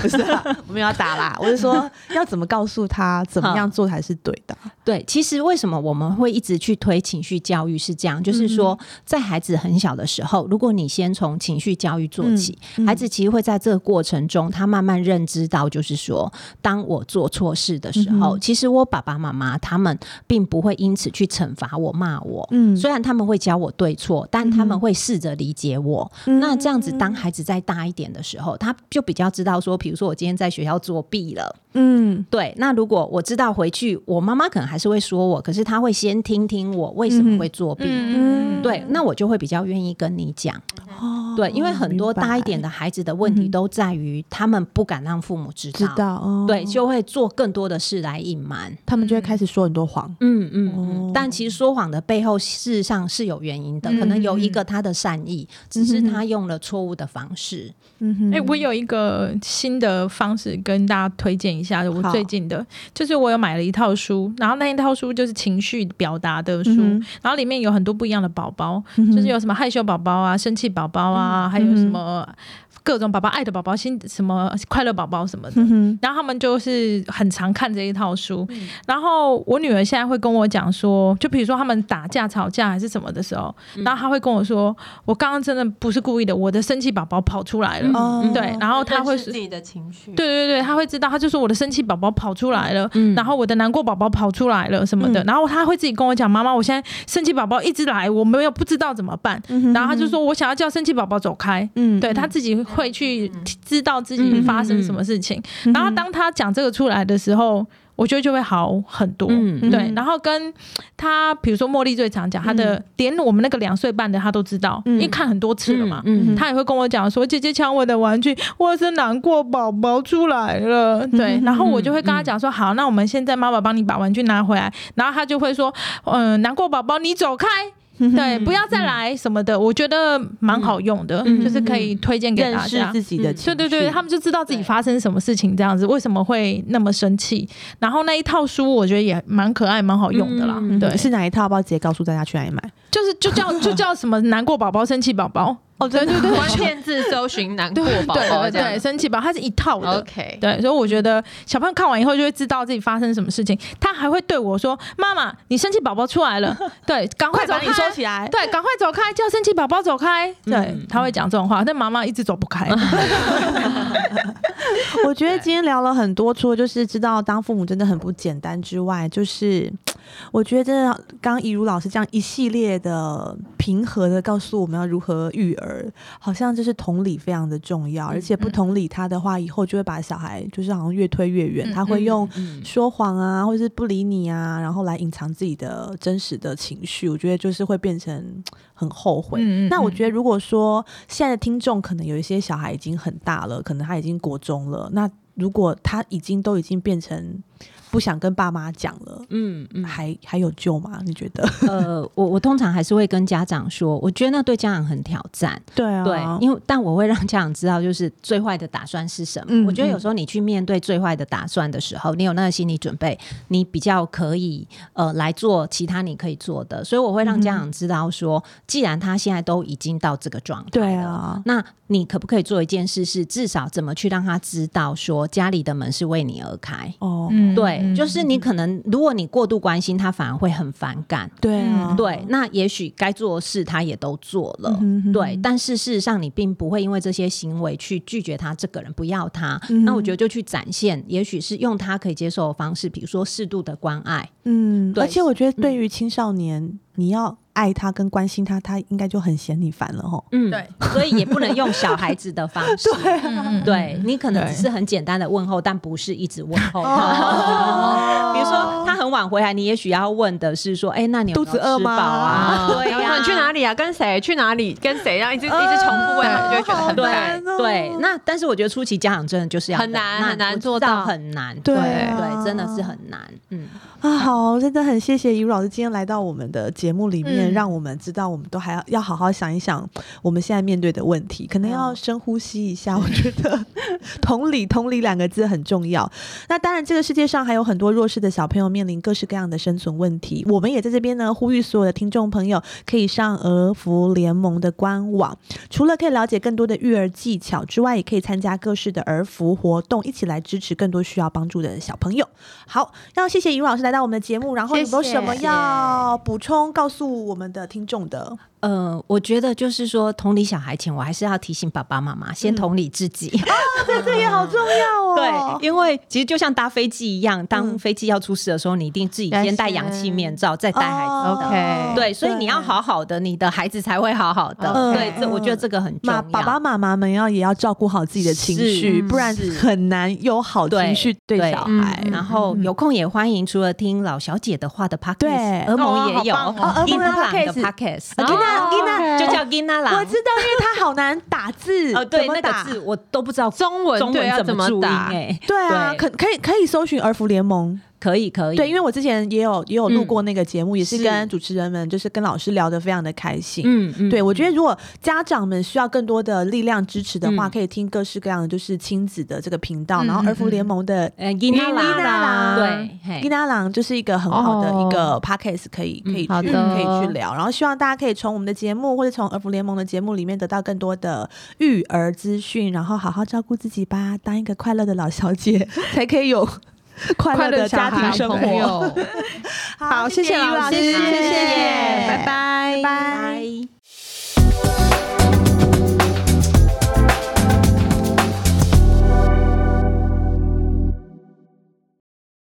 A: 不是啊，我没有要打啦。我是说， 要怎么告诉他怎么样做才是对的？啊
C: 对，其实为什么我们会一直去推情绪教育是这样，
A: 嗯
C: 就是说，在孩子很小的时候，如果你先从情绪教育
A: 嗯
C: 做起，孩子其实会在这个过程中，他慢慢认知到，就是说，当我做错事的
A: 嗯
C: 时候，其实我爸爸妈妈他们并不会因此去惩罚我、骂我。
A: 嗯
C: 虽然他们会教我对错，但他们会试着理解我。
A: 嗯
C: 那这样子，当孩子再大一点的时候，他就比较知道说，比如说我今天在学校作弊了，
A: 嗯
C: 对，那如果我知道回去，我妈妈可能还是会说我，可是她会先听听我为什么会作弊。
D: 嗯，
C: 对，那我就会比较愿意跟你讲，
A: 哦
C: 对，因为很多
A: 明白
C: 大一点的孩子的问题都在于他们不敢让父母知道，
A: 知道哦，
C: 对，就会做更多的事来隐瞒。
A: 他
D: 嗯
A: 们就会开始说很多谎。
C: 嗯嗯
A: 哦
C: 嗯，但其实说谎的背后，事实上是有原因的。可能有一个他的善意，只是他用了错误的方式。
A: 嗯哼
D: 哎、我有一个新的方式跟大家推荐一下，我
A: 好
D: 最近的，就是我有买了一套书，然后那一套书就是情绪表达的书，
A: 嗯哼
D: 然后里面有很多不一样的宝宝，
A: 嗯哼
D: 就是有什么害羞宝宝啊、生气宝宝啊，还有什么各种宝宝、爱的宝宝、心什么快乐宝宝什么的。
A: 嗯哼，
D: 然后他们就是很常看这一套书，然后我女儿现在会跟我讲说，就比如说他们打架、吵架还是什么的时候，然后她会跟我说：“我刚刚真的不是故意的，我的生气宝宝跑出来了。
A: 哦
D: 嗯对，然后她会
B: 认识自己的情绪，
D: 对对对，他会知道，他就说我的生气宝宝跑出来了，
C: 嗯
D: 然后我的难过宝宝跑出来了什么的，然后他会自己跟我讲，妈妈，我现在生气宝宝一直来，我没有不知道怎么办，然后他就说我想要叫生气宝宝走开，
A: 嗯
D: 对他自己会去知道自己发生什么事情，
E: 嗯
D: 然后当他讲这个出来的时候。我觉得就会好很多，
E: 嗯嗯
D: 对。然后跟他，比如说茉莉最常讲，他的、连我们那个两岁半的他都知道，因为看很多次了嘛。
E: 嗯
D: 他也会跟我讲说：“姐姐抢我的玩具，我是难过宝宝出来
E: 嗯
D: 了。”对，然后我就会跟他讲说：“好，那我们现在妈妈帮你把玩具拿回来。”然后他就会说：“嗯、难过宝宝，你走开。”
E: 嗯
D: 对，不要再来什么的，我觉得蛮好用的，
E: 嗯
D: 就是可以推荐给
A: 认
D: 大
A: 识
D: 家嗯
A: 自。己的情绪，
D: 对对对，他们就知道自己发生什么事情，这样子为什么会那么生气。然后那一套书，我觉得也蛮可爱、蛮好用的啦。
E: 嗯
D: 对，
A: 是哪一套？要不要直接告诉大家去哪里买？
D: 就是就 叫就叫什么难过宝宝、生气宝宝。哦，对对对，
B: 关键字搜寻难过宝
D: 对
B: 宝
D: 对
B: 这样
D: 对，生气吧，它是一套的。
B: OK，
D: 对，所以我觉得小朋友看完以后就会知道自己发生什么事情，他还会对我说：“妈妈，你生气宝宝出来 了，对，赶快走
A: 把
D: 开，
A: 你收起来。
D: 对，赶快走开，叫生气宝宝走开。”对，他会讲这种话，但妈妈一直走不开。
A: 我觉得今天聊了很多，除了就是知道当父母真的很不简单之外，就是我觉得真的刚怡如老师这样一系列的平和的告诉我们要如何育儿，好像就是同理非常的重要，而且不同理他的话，以后就会把小孩就是好像越推越远，他会用说谎啊，或是不理你啊，然后来隐藏自己的真实的情绪。我觉得就是会变成很后悔。
D: 嗯嗯
A: 那我
D: 嗯
A: 觉得，如果说现在的听众可能有一些小孩已经很大了，可能他已经国中了，那如果他已经都已经变成不想跟爸妈讲了，
E: 嗯嗯，
A: 还还有救吗？你觉得？
C: 呃，我我通常还是会跟家长说，我觉得那对家长很挑战。
A: 对啊
C: 对，因为但我会让家长知道，就是最坏的打算是什么。
A: 嗯
C: 我觉得有时候你去面对最坏的打算的时候，你有那个心理准备，你比较可以呃来做其他你可以做的。所以我会让家长知道说，既然他现在都已经到这个状态，
A: 对。啊，
C: 那你可不可以做一件事，是至少怎么去让他知道说家里的门是为你而开？
A: 哦，
D: 嗯
C: 对，
D: 嗯
C: 就是你可能如果你过度关心他，反而会很反感。
A: 对啊，
D: 嗯
C: 对，那也许该做的事他也都做了，
A: 嗯哼
C: 对，但是事实上你并不会因为这些行为去拒绝他这个人，不要他。
A: 嗯哼
C: 那我觉得就去展现，也许是用他可以接受的方式，比如说适度的关爱。
A: 嗯，
C: 对
A: 而且我觉得对于青少年，你要爱他跟关心他，他应该就很嫌你烦了吼。
C: 嗯
D: 对，
C: 所以也不能用小孩子的方式。对
D: 嗯，
C: 你可能
D: 对
C: 只是很简单的问候，但不是一直问候他。 比如说他很晚回来，你也许要问的是说，哎、那你有没有
A: 肚子饿
C: 吃饱啊？
B: 啊，
C: 对
B: 然后
C: 呀、
B: 说你去哪里啊？跟谁？去哪里？跟谁？然后一直一直重复问，你就会觉得很烦。
A: 烦哦
C: 对，那但是我觉得初期家长真的就是要
B: 很难
C: 忍耐
B: 很难
C: 我知
B: 做
C: 道
B: 到
C: 很难，
A: 对啊
C: 对，真的是很难。嗯，
A: 啊，好，真的很谢谢怡如老师今天来到我们的节目里面，
D: 嗯
A: 让我们知道我们都还要要好好想一想我们现在面对的问题，可能要深呼吸一下。我觉得 同理，同理两个字很重要。那当然，这个世界上还有很多弱势的小朋友面临各式各样的生存问题，我们也在这边呢呼吁所有的听众朋友可以上儿福联盟的官网，除了可以了解更多的育儿技巧之外，也可以参加各式的儿福活动，一起来支持更多需要帮助的小朋友。好，要谢谢尹老师来到我们的节目，然后有没有
B: 谢谢
A: 什么要补充告诉我们的听众的？
C: 呃，我觉得就是说，同理小孩前，我还是要提醒爸爸妈妈先同理自己。
A: 对，这也好重要哦。
C: 嗯 对，因为其实就像搭飞机一样，当飞机要出事的时候，你一定自己先戴氧气面罩，再带孩子。
A: 哦
B: OK
C: 对，所以你要好好的，你的孩子才会好好的。
B: 哦
A: 嗯
C: 对，这我觉得这个很重
A: 妈，
C: 要。
A: 爸爸妈妈们要也要照顾好自己的情绪，
C: 是
A: 不然
C: 是
A: 很难有好情绪对
C: 对
A: 小
C: 嗯
A: 孩。
C: 然后有空也欢迎除了听老小姐的话的 podcast，
A: 对
C: 儿
D: 哦
C: 萌也有
D: 好棒哦
A: 儿，
C: 听
A: 童的
C: 他朗
A: podcast
C: 的 podcast，哦
A: 啊，真的
E: 娜，吉娜就叫吉娜啦。
A: 我知道，因为它好难打字
E: 哦，对，
A: 怎么
E: 那
A: 打
E: 个字我都不知道
B: 中文
E: 中
B: 对要啊
E: 文
B: 怎么
E: 么注音
B: 打
C: 欸
E: 哎。
A: 对啊，可可以可以搜寻儿福联盟，
E: 可以可以，
A: 对，因为我之前也有也有录
E: 嗯
A: 过那个节目，也是
E: 是
A: 跟主持人们就是跟老师聊得非常的开心。
E: 嗯嗯
A: 对，我觉得如果家长们需要更多的力量支持的话，
E: 嗯
A: 可以听各式各样的就是亲子的这个频道，
D: 嗯
A: 然后
D: 嗯
A: 儿福联
D: 嗯
A: 盟的
E: 呃，吉娜
A: 吉娜啦
E: 啦，对，
A: 伊
E: 嘿
A: 娜郎就是一个很好的一个
B: 哦
A: podcast，可以可以去
B: 好的
A: 可以去聊，然后希望大家可以从我们的节目或者从儿福联盟的节目里面得到更多的育儿资讯，然后好好照顾自己吧，当一个快乐的老小 姐，才可以有快乐的家庭生
D: 朋
A: 活。
D: 友
A: 好，谢谢
D: 于
A: 老师，
D: 谢
A: 谢
D: 谢，
A: 谢，
D: 拜拜，
A: 拜。
C: 拜。